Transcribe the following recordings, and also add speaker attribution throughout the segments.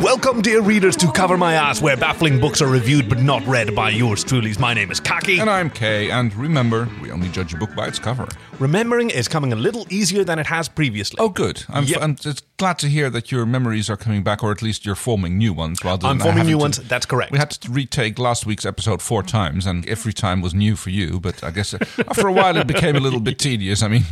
Speaker 1: Welcome, dear readers, to Cover My Ass, where baffling books are reviewed but not read by yours truly. My name is Kaki.
Speaker 2: And uh, I'm Kay, and remember, we only judge a book by its cover.
Speaker 1: Remembering is coming a little easier than it has previously.
Speaker 2: Oh, good. I'm,
Speaker 1: Yep.
Speaker 2: I'm it's glad to hear that your memories are coming back, or at least you're forming new ones rather than
Speaker 1: I'm forming
Speaker 2: having
Speaker 1: new
Speaker 2: to-
Speaker 1: ones. That's correct.
Speaker 2: We had to retake last week's episode four times, and every time was new for you, but I guess uh, after a while it became a little bit tedious. I mean,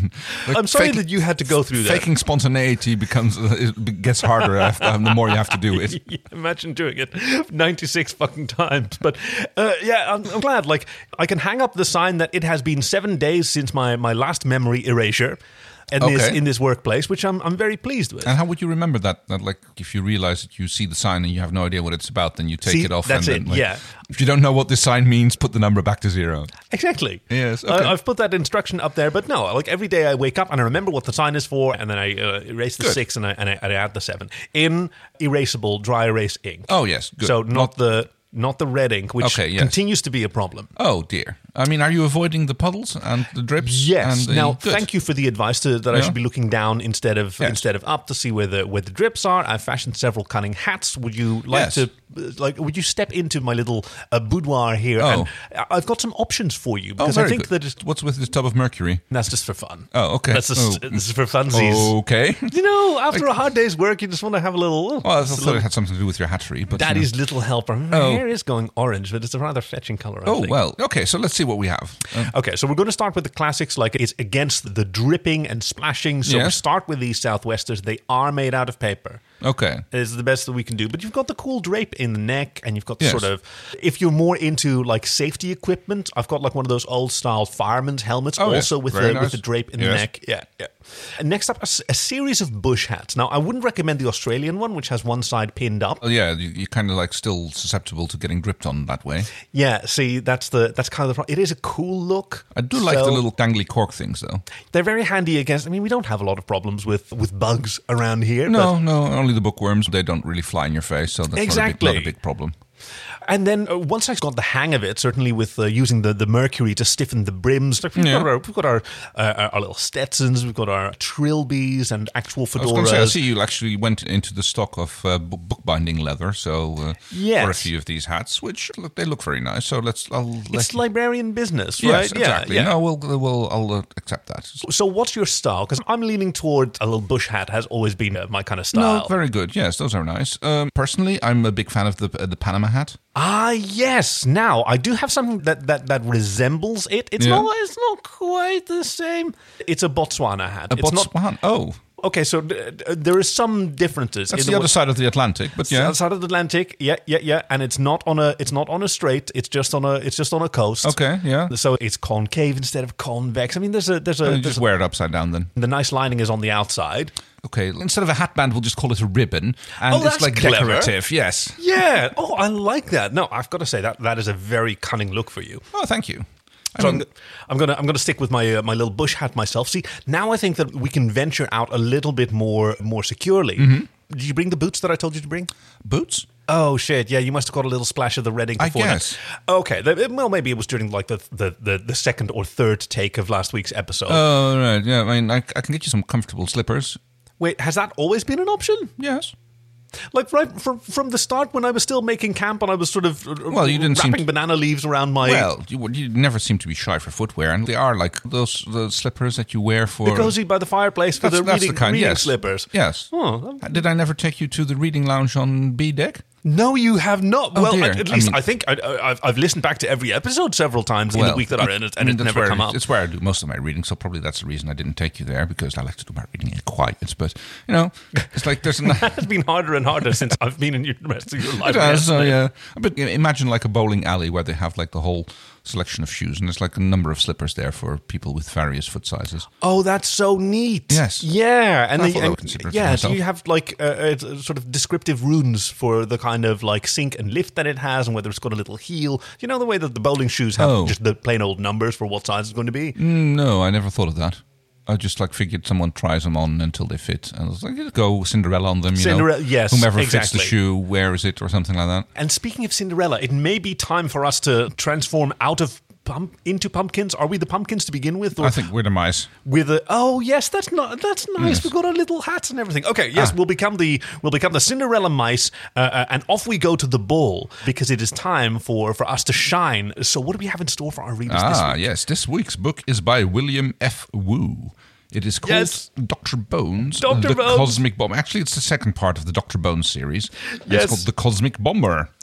Speaker 2: like
Speaker 1: I'm sorry
Speaker 2: fake-
Speaker 1: that you had to go through that.
Speaker 2: Faking spontaneity becomes uh, it gets harder after, the more you have to do it.
Speaker 1: Yeah, Imagine doing it 96 fucking times. But uh, yeah, I'm, I'm glad. Like, I can hang up the sign that it has been seven days since my, my last memory erasure in, this,
Speaker 2: Okay. Uh-huh.
Speaker 1: in this workplace, which I'm, I'm very pleased with.
Speaker 2: And how would you remember that? That like, if you realize that you see the sign and you have no idea what it's about, then you take
Speaker 1: See,
Speaker 2: it off.
Speaker 1: that's
Speaker 2: and
Speaker 1: it,
Speaker 2: Then, like,
Speaker 1: yeah.
Speaker 2: If you don't know what this sign means, put the number back to zero.
Speaker 1: Exactly.
Speaker 2: Yes, okay.
Speaker 1: I, I've put that instruction up there, but no, like every day I wake up and I remember what the sign is for, and then I uh, erase the
Speaker 2: Good.
Speaker 1: six and I, and I and I add the seven in erasable dry erase ink.
Speaker 2: Oh yes. Good.
Speaker 1: so not the not the red ink, which
Speaker 2: Okay, yes.
Speaker 1: continues to be a problem.
Speaker 2: Oh dear. I mean, are you avoiding the puddles and the drips?
Speaker 1: Yes.
Speaker 2: And the,
Speaker 1: now,
Speaker 2: good.
Speaker 1: thank you for the advice to, that I
Speaker 2: Yeah.
Speaker 1: should be looking down instead of
Speaker 2: Yes.
Speaker 1: instead of up to see where the where the drips are. I've fashioned several cunning hats. Would you like
Speaker 2: Yes.
Speaker 1: to uh, like? Would you step into my little uh, boudoir here?
Speaker 2: Oh.
Speaker 1: And I- I've got some options for you
Speaker 2: Oh,
Speaker 1: because
Speaker 2: very
Speaker 1: I think
Speaker 2: good.
Speaker 1: that it's,
Speaker 2: what's with this tub of mercury?
Speaker 1: that's just for fun.
Speaker 2: Oh, okay.
Speaker 1: That's just
Speaker 2: Oh.
Speaker 1: this is for funsies.
Speaker 2: Okay.
Speaker 1: You know, after a hard day's work, you just want to have a little.
Speaker 2: Well, I thought it had something to do with your hatchery, but
Speaker 1: that
Speaker 2: you know.
Speaker 1: is little helper. My hair is going orange, but it's a rather fetching color. I
Speaker 2: Oh
Speaker 1: think.
Speaker 2: well. Okay. So let's see what we have. Uh,
Speaker 1: Okay, so we're going to start with the classics, like it's against the dripping and splashing. So we
Speaker 2: Yes.
Speaker 1: start with these Southwesters. They are made out of paper.
Speaker 2: okay.
Speaker 1: It's the best that we can do. But you've got the cool drape in the neck, and you've got the
Speaker 2: Yes.
Speaker 1: sort of. If you're more into like safety equipment, I've got like one of those old style fireman's helmets,
Speaker 2: Oh, yes.
Speaker 1: also with
Speaker 2: Very
Speaker 1: the with
Speaker 2: nice.
Speaker 1: the drape in the
Speaker 2: Yes.
Speaker 1: neck. Yeah, yeah. And next up, a, s- a series of bush hats. Now, I wouldn't recommend the Australian one, which has one side pinned up.
Speaker 2: Oh yeah. You, you're kind of like still susceptible to getting gripped on that way.
Speaker 1: Yeah, see, that's the that's kind of the problem. It is a cool look.
Speaker 2: I do like the
Speaker 1: so-
Speaker 2: little dangly cork things though.
Speaker 1: They're very handy against. I mean, we don't have a lot of problems with with bugs around here.
Speaker 2: No, no. Only the bookworms. They don't really fly in your face, so that's
Speaker 1: Exactly.
Speaker 2: not, a big, not a big problem.
Speaker 1: but- and then uh, once I got the hang of it, certainly with uh, using the, the mercury to stiffen the brims. Like we've
Speaker 2: Yeah.
Speaker 1: got our we've got our, uh, our- our little Stetsons, we've got our trilbies and actual
Speaker 2: I was going to say, I
Speaker 1: fedoras.
Speaker 2: see you actually went into the stock of uh, book- bookbinding leather, so uh, for a
Speaker 1: Yes.
Speaker 2: few of these hats, which look, they look very nice. So let's, I'll let
Speaker 1: It's
Speaker 2: you-
Speaker 1: librarian business, right?
Speaker 2: yes, exactly. No, we'll, we'll, I'll uh, accept that.
Speaker 1: So, what's your style? Because I'm leaning toward a little bush hat. Has always been uh, my kind of style.
Speaker 2: No, very good. Yes, those are nice. Um, personally, I'm a big fan of the uh, the Panama hat.
Speaker 1: Ah, yes. Now I do have something that that, that resembles it. It's
Speaker 2: Yeah.
Speaker 1: not. It's not quite the same. It's a Botswana hat.
Speaker 2: A
Speaker 1: it's not
Speaker 2: Botswana. Oh,
Speaker 1: Okay, so d- d- there is some differences.
Speaker 2: that's
Speaker 1: in
Speaker 2: the,
Speaker 1: the
Speaker 2: other side of the Atlantic. But yeah,
Speaker 1: outside of the Atlantic. Yeah, yeah, yeah. And it's not on a it's not on a strait. It's just on a it's just on a coast.
Speaker 2: okay, yeah.
Speaker 1: So it's concave instead of convex. I mean, there's a there's
Speaker 2: Uh,
Speaker 1: a,
Speaker 2: you
Speaker 1: there's
Speaker 2: just
Speaker 1: a
Speaker 2: wear it upside down then.
Speaker 1: the nice lining is on the outside.
Speaker 2: Okay, instead of a hat band, we'll just call it a ribbon, and
Speaker 1: Oh,
Speaker 2: it's
Speaker 1: that's
Speaker 2: like
Speaker 1: clever.
Speaker 2: decorative. Yes.
Speaker 1: Yeah. oh, I like that. No, I've got to say that that is a very cunning look for you.
Speaker 2: Oh, thank you. I
Speaker 1: So
Speaker 2: mean,
Speaker 1: I'm, I'm gonna I'm gonna stick with my uh, my little bush hat myself. See, now I think that we can venture out a little bit more more securely.
Speaker 2: Mm-hmm.
Speaker 1: Did you bring the boots that I told you to bring?
Speaker 2: boots.
Speaker 1: Oh shit! Yeah, you must have got a little splash of the red ink.
Speaker 2: I
Speaker 1: beforehand.
Speaker 2: guess.
Speaker 1: Okay. th- well, maybe it was during like the, the the the second or third take of last week's episode.
Speaker 2: Oh right, yeah. I mean, I, I can get you some comfortable slippers.
Speaker 1: Wait, has that always been an option?
Speaker 2: Yes.
Speaker 1: Like right from from the start when I was still making camp and I was sort of uh,
Speaker 2: Well, you didn't seem
Speaker 1: wrapping
Speaker 2: to-
Speaker 1: banana leaves around my.
Speaker 2: Well, you, you never seem to be shy for footwear, and they are like those the slippers that you wear for
Speaker 1: the cozy by the fireplace for
Speaker 2: That's-
Speaker 1: the
Speaker 2: that's
Speaker 1: reading,
Speaker 2: kind,
Speaker 1: reading
Speaker 2: yes.
Speaker 1: slippers.
Speaker 2: Yes. Uh,
Speaker 1: Oh,
Speaker 2: Did I never take you to the reading lounge on B deck?
Speaker 1: No, you have not. well,
Speaker 2: Oh, dear.
Speaker 1: at, at
Speaker 2: I
Speaker 1: least I,
Speaker 2: mean-
Speaker 1: think I, I, I've, I've listened back to every episode several times in the week that I read it, and
Speaker 2: I mean,
Speaker 1: it's
Speaker 2: that's
Speaker 1: never
Speaker 2: where-
Speaker 1: come up.
Speaker 2: It's where I do most of my reading, so probably that's the reason I didn't take you there because I like to do my reading in quiet. But you know, it's like there's. An,
Speaker 1: It's been harder and harder since I've been in your rest of your life.
Speaker 2: It has, so yeah. But you know, imagine like a bowling alley where they have like the whole selection of shoes, and there's like a number of slippers there for people with various foot sizes.
Speaker 1: Oh, that's so neat.
Speaker 2: Yes.
Speaker 1: Yeah. And
Speaker 2: I
Speaker 1: then-
Speaker 2: thought I
Speaker 1: and-
Speaker 2: would consider it
Speaker 1: yeah, so
Speaker 2: myself.
Speaker 1: you have like uh, uh, sort of descriptive runes for the kind of like sink and lift that it has and whether it's got a little heel. You know the way that the bowling shoes have
Speaker 2: Oh. Mm.
Speaker 1: just the plain old numbers for what size it's going to be?
Speaker 2: No, I never thought of that. I just like figured someone tries them on until they fit, and I was like, "Yeah, go Cinderella on them. You
Speaker 1: Cinderella-
Speaker 2: know,
Speaker 1: yes,
Speaker 2: whomever fits
Speaker 1: exactly.
Speaker 2: the shoe wears it or something like that.
Speaker 1: And speaking of Cinderella, it may be time for us to transform out of pump into pumpkins? Are we the pumpkins to begin with?
Speaker 2: I think we're the mice.
Speaker 1: with a oh yes that's not that's nice we've got our little hats and everything okay
Speaker 2: Ah.
Speaker 1: yes we'll become the we'll become the cinderella mice uh, uh, and off we go to the ball because it is time for for us to shine so what do we have in store for our readers this
Speaker 2: Ah,
Speaker 1: week
Speaker 2: yes. This week's book is by William F. Woo. It is called
Speaker 1: Yes.
Speaker 2: Dr. Bones,
Speaker 1: Dr.
Speaker 2: The
Speaker 1: Bones.
Speaker 2: Cosmic Bomber. Actually, it's the second part of the Dr. Bones series.
Speaker 1: Yes.
Speaker 2: It's called The Cosmic Bomber.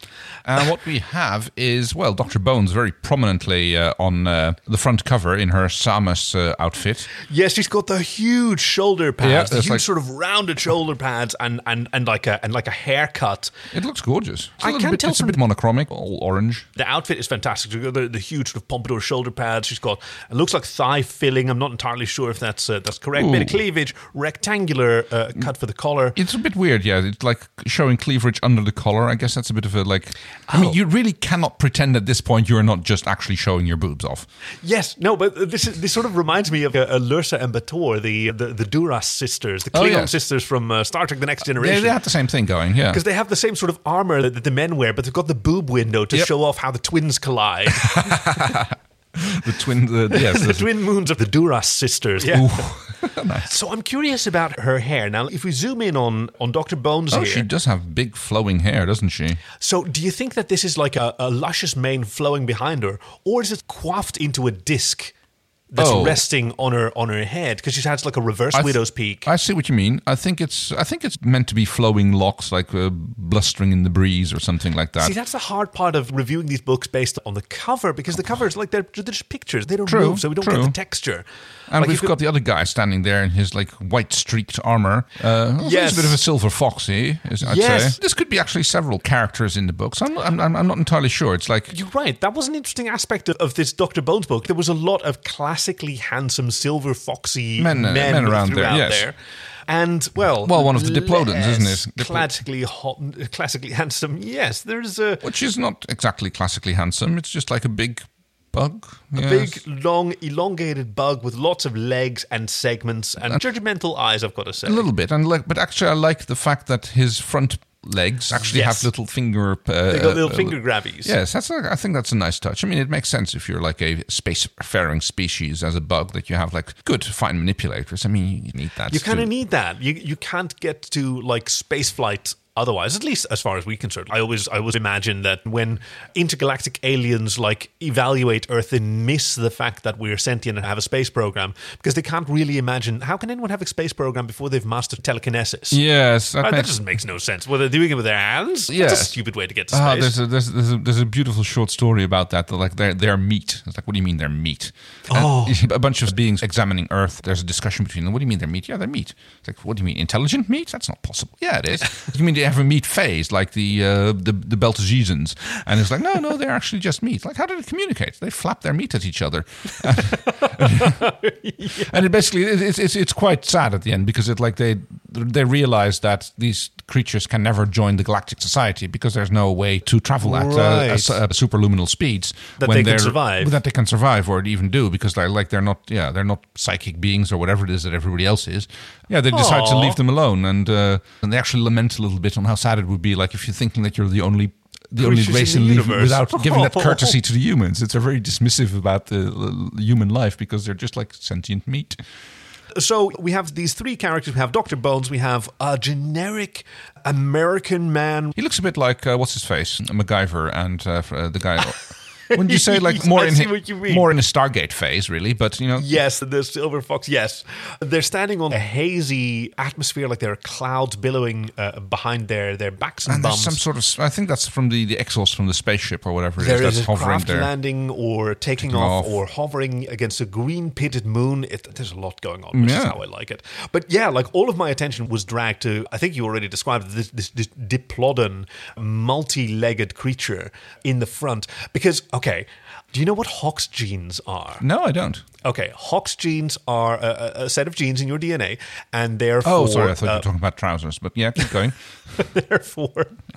Speaker 2: And what we have is, well, Dr. Bones very prominently uh, on uh, the front cover in her Samus uh, outfit.
Speaker 1: yes she's got the huge shoulder pads the
Speaker 2: that's
Speaker 1: huge
Speaker 2: like-
Speaker 1: sort of rounded shoulder pads and and and like a and like a haircut
Speaker 2: It looks gorgeous. It's a
Speaker 1: I
Speaker 2: little
Speaker 1: can't
Speaker 2: bit,
Speaker 1: tell
Speaker 2: It's a
Speaker 1: from-
Speaker 2: bit monochromic, all orange.
Speaker 1: the outfit is fantastic. She's got The, the huge sort of pompadour shoulder pads she's got. It looks like thigh filling. I'm not entirely sure if that's uh, that's correct. Bit of
Speaker 2: Ooh.
Speaker 1: cleavage, rectangular uh, cut for the collar.
Speaker 2: It's a bit weird, yeah. It's like showing cleavage under the collar. I guess that's a bit of a like. I
Speaker 1: Oh.
Speaker 2: mean, you really cannot pretend at this point you are not just actually showing your boobs off.
Speaker 1: Yes, no, but uh, this is, this sort of reminds me of uh, uh, Lursa and Bator, the, the the Duras sisters, the
Speaker 2: Oh,
Speaker 1: Klingon
Speaker 2: yes.
Speaker 1: sisters from uh, Star Trek: The Next
Speaker 2: They,
Speaker 1: Generation.
Speaker 2: they had the same thing going, yeah.
Speaker 1: because they have the same sort of armor that that the men wear, but they've got the boob window to
Speaker 2: Yep.
Speaker 1: show off how the twins collide.
Speaker 2: The twin, the, yes,
Speaker 1: the
Speaker 2: the
Speaker 1: twin moons of the Duras sisters. Yeah.
Speaker 2: Ooh. nice.
Speaker 1: So I'm curious about her hair. Now, if we zoom in on, on Dr. Bones
Speaker 2: Oh,
Speaker 1: here.
Speaker 2: she does have big flowing hair, doesn't she?
Speaker 1: So, do you think that this is like a, a luscious mane flowing behind her, or is it coiffed into a disc that's
Speaker 2: Oh.
Speaker 1: resting on her on her head because she has like a reverse
Speaker 2: th-
Speaker 1: widow's peak?
Speaker 2: I see what you mean. I think it's, I think it's meant to be flowing locks, like uh, blustering in the breeze or something like that.
Speaker 1: See, that's the hard part of reviewing these books based on the cover because the cover is like they're, they're just pictures; they don't
Speaker 2: True,
Speaker 1: move, so we don't
Speaker 2: true.
Speaker 1: get the texture.
Speaker 2: and
Speaker 1: Like,
Speaker 2: we've
Speaker 1: you could-
Speaker 2: got the other guy standing there in his like white streaked armor. Uh, well,
Speaker 1: Yes.
Speaker 2: he's a bit of a silver fox, eh? is- I'd
Speaker 1: Yes.
Speaker 2: say. This could be actually several characters in the books. I'm, I'm, I'm I'm not entirely sure. It's like
Speaker 1: You're right. That was an interesting aspect of, of this Doctor Bones book. There was a lot of classically handsome, silver, foxy
Speaker 2: Men,
Speaker 1: men,
Speaker 2: uh, men around there,
Speaker 1: throughout
Speaker 2: yes.
Speaker 1: there. And well,
Speaker 2: Well, one of the Diplodons, isn't
Speaker 1: less
Speaker 2: it? Diplo-
Speaker 1: Classically hot, classically handsome. Yes, there's a
Speaker 2: which is not exactly classically handsome. It's just like a big bug. yes.
Speaker 1: big, long, elongated bug with lots of legs and segments and judgmental eyes. I've got to say.
Speaker 2: a little bit, and like, but actually, I like the fact that his front legs actually
Speaker 1: Yes.
Speaker 2: have little finger. Uh,
Speaker 1: They got little
Speaker 2: uh,
Speaker 1: finger grabbies.
Speaker 2: Yes, that's. A, I think that's a nice touch. I mean, it makes sense if you're like a spacefaring species as a bug that you have like good fine manipulators. I mean, you need that.
Speaker 1: You kind
Speaker 2: to-
Speaker 1: of need that. You you can't get to like space flight otherwise, at least as far as we're concerned. I always I always imagine that when intergalactic aliens like evaluate Earth, they miss the fact that we're sentient and have a space program because they can't really imagine how can anyone have a space program before they've mastered telekinesis.
Speaker 2: Yes, that
Speaker 1: Right, that
Speaker 2: makes-
Speaker 1: just makes no sense. Well, they're doing it with their hands. That's a
Speaker 2: Yes.
Speaker 1: stupid way to get to
Speaker 2: Ah,
Speaker 1: space.
Speaker 2: there's a, there's, there's, a, there's a beautiful short story about that. They're like they're, they're meat. It's like, what do you mean they're meat? Oh. a bunch of beings examining Earth. There's a discussion between them. What do you mean they're meat? Yeah, they're meat. It's like, what do you mean intelligent meat? That's not possible. Yeah, it is. you mean they have a meat phase like the uh, the the Beltesesians? And it's like, no, no, they're actually just meat. Like, how do they communicate? They flap their meat at each other. And it basically it- it's it's it's quite sad at the end because it like they they realize that these creatures can never join the galactic society because there's no way to travel at
Speaker 1: Right.
Speaker 2: uh, uh, superluminal speeds
Speaker 1: That they can
Speaker 2: they're-
Speaker 1: survive.
Speaker 2: that they can survive or even do because they're like they're not yeah they're not psychic beings or whatever it is that everybody else is yeah they decide to
Speaker 1: Aw.
Speaker 2: leave them alone and uh, and they actually lament a little bit on how sad it would be like if you're thinking that you're the only the only
Speaker 1: Creatures in
Speaker 2: race
Speaker 1: the
Speaker 2: in leave
Speaker 1: universe.
Speaker 2: without giving that courtesy to the humans. It's they're very dismissive about the l- human life because they're just like sentient meat.
Speaker 1: So we have these three characters. We have Dr. Bones. We have a generic American man
Speaker 2: He looks a bit like uh, what's his face, MacGyver, and uh, f- uh, the guy. Wouldn't you say like more
Speaker 1: I
Speaker 2: in
Speaker 1: see
Speaker 2: hi-
Speaker 1: what you mean.
Speaker 2: more in a Stargate phase, really? But you know,
Speaker 1: Yes, the silver fox. Yes, they're standing on a hazy atmosphere, like there are clouds billowing uh, behind their their backs and,
Speaker 2: and there's
Speaker 1: bums.
Speaker 2: some sort of. s- I think that's from the the exhaust from the spaceship or whatever it is
Speaker 1: there
Speaker 2: that's
Speaker 1: is a
Speaker 2: hovering
Speaker 1: craft
Speaker 2: there.
Speaker 1: landing or taking, off,
Speaker 2: off.
Speaker 1: or hovering against a green pitted moon. It, there's a lot going on, which is
Speaker 2: Yeah.
Speaker 1: how I like it. But yeah, like all of my attention was dragged to, I think you already described this, this, this diplodon, multi legged creature in the front. Because, okay, do you know what Hawk's genes are?
Speaker 2: No, I don't.
Speaker 1: Okay, Hox genes are a, a- a set of genes in your DNA, and they're
Speaker 2: Oh,
Speaker 1: for,
Speaker 2: sorry, I thought you
Speaker 1: uh,
Speaker 2: were talking about trousers. But yeah, keep going.
Speaker 1: they're for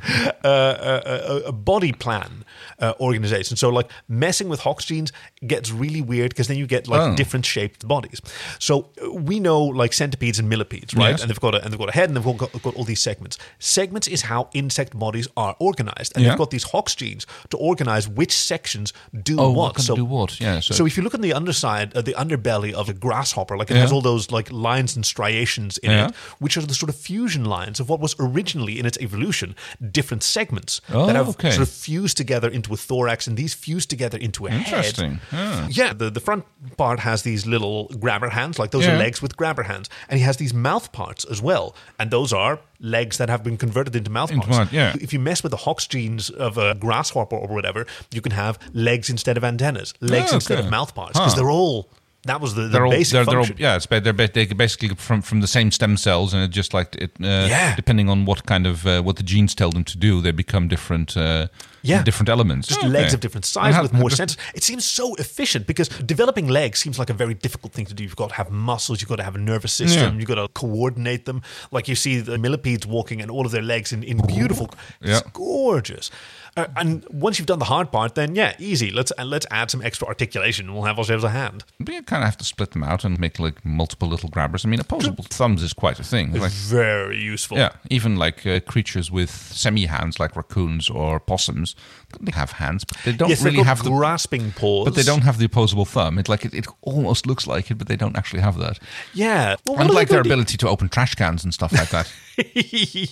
Speaker 1: uh, a, a, a uh, body plan. uh, organization. So like messing with Hawk's genes gets really weird because then you get like
Speaker 2: Oh.
Speaker 1: different shaped bodies. So uh, we know like centipedes and millipedes, right?
Speaker 2: Yes.
Speaker 1: And they've got a, and they've got a head and they've got, got all these segments. Segments is how insect bodies are organized, and
Speaker 2: Yeah.
Speaker 1: they've got these Hawk's genes to organize which sections do
Speaker 2: Oh, what
Speaker 1: what.
Speaker 2: can do what? Yeah, so-
Speaker 1: so if you look on the underside, uh, the underbelly of a grasshopper, like it
Speaker 2: Yeah.
Speaker 1: has all those like lines and striations in
Speaker 2: Yeah.
Speaker 1: it, which are the sort of fusion lines of what was originally in its evolution, different segments
Speaker 2: Oh,
Speaker 1: that have
Speaker 2: okay.
Speaker 1: sort of fused together into a thorax, and these fuse together into a
Speaker 2: Interesting.
Speaker 1: head.
Speaker 2: Yeah.
Speaker 1: Yeah, the, the front part has these little grabber hands, like those
Speaker 2: Yeah.
Speaker 1: are legs with grabber hands, and he has these mouth parts as well, and those are legs that have been converted into mouth parts.
Speaker 2: mouth, yeah.
Speaker 1: If you mess with the Hawk's genes of a grasshopper or whatever, you can have legs instead of antennas, legs
Speaker 2: Oh,
Speaker 1: instead
Speaker 2: okay.
Speaker 1: of mouth parts, because
Speaker 2: Huh.
Speaker 1: they're all that was the, the
Speaker 2: They're all,
Speaker 1: basic
Speaker 2: they're, they're all,
Speaker 1: function.
Speaker 2: yeah, it's ba- they're ba- they're basically from, from the same stem cells, and it just like it, uh,
Speaker 1: Yeah.
Speaker 2: depending on what kind of uh, what the genes tell them to do, they become different, uh,
Speaker 1: Yeah.
Speaker 2: different elements.
Speaker 1: just
Speaker 2: Okay.
Speaker 1: legs of different size
Speaker 2: And how-
Speaker 1: with more
Speaker 2: just-
Speaker 1: senses. It seems so efficient because developing legs seems like a very difficult thing to do. You've got to have muscles, you've got to have a nervous system,
Speaker 2: Yeah.
Speaker 1: you've got to coordinate them. Like you see the millipedes walking and all of their legs in, in beautiful. It's
Speaker 2: Yeah.
Speaker 1: gorgeous. Uh, and once you've done the hard part, then yeah, easy. Let's uh, let's add some extra articulation. and We'll have ourselves a hand.
Speaker 2: But you kind of have to split them out and make like multiple little grabbers. I mean, opposable thumbs is quite a thing. Like,
Speaker 1: Very useful.
Speaker 2: yeah, even like uh, creatures with semi hands, like raccoons or possums, they have hands, but they don't
Speaker 1: Yes, they've
Speaker 2: really
Speaker 1: got
Speaker 2: have the.
Speaker 1: grasping paws,
Speaker 2: But they don't have the opposable thumb. It like it, it almost looks like it, but they don't actually have that.
Speaker 1: Yeah, well, what
Speaker 2: and
Speaker 1: are they
Speaker 2: like their
Speaker 1: gonna do?
Speaker 2: ability to open trash cans and stuff like that.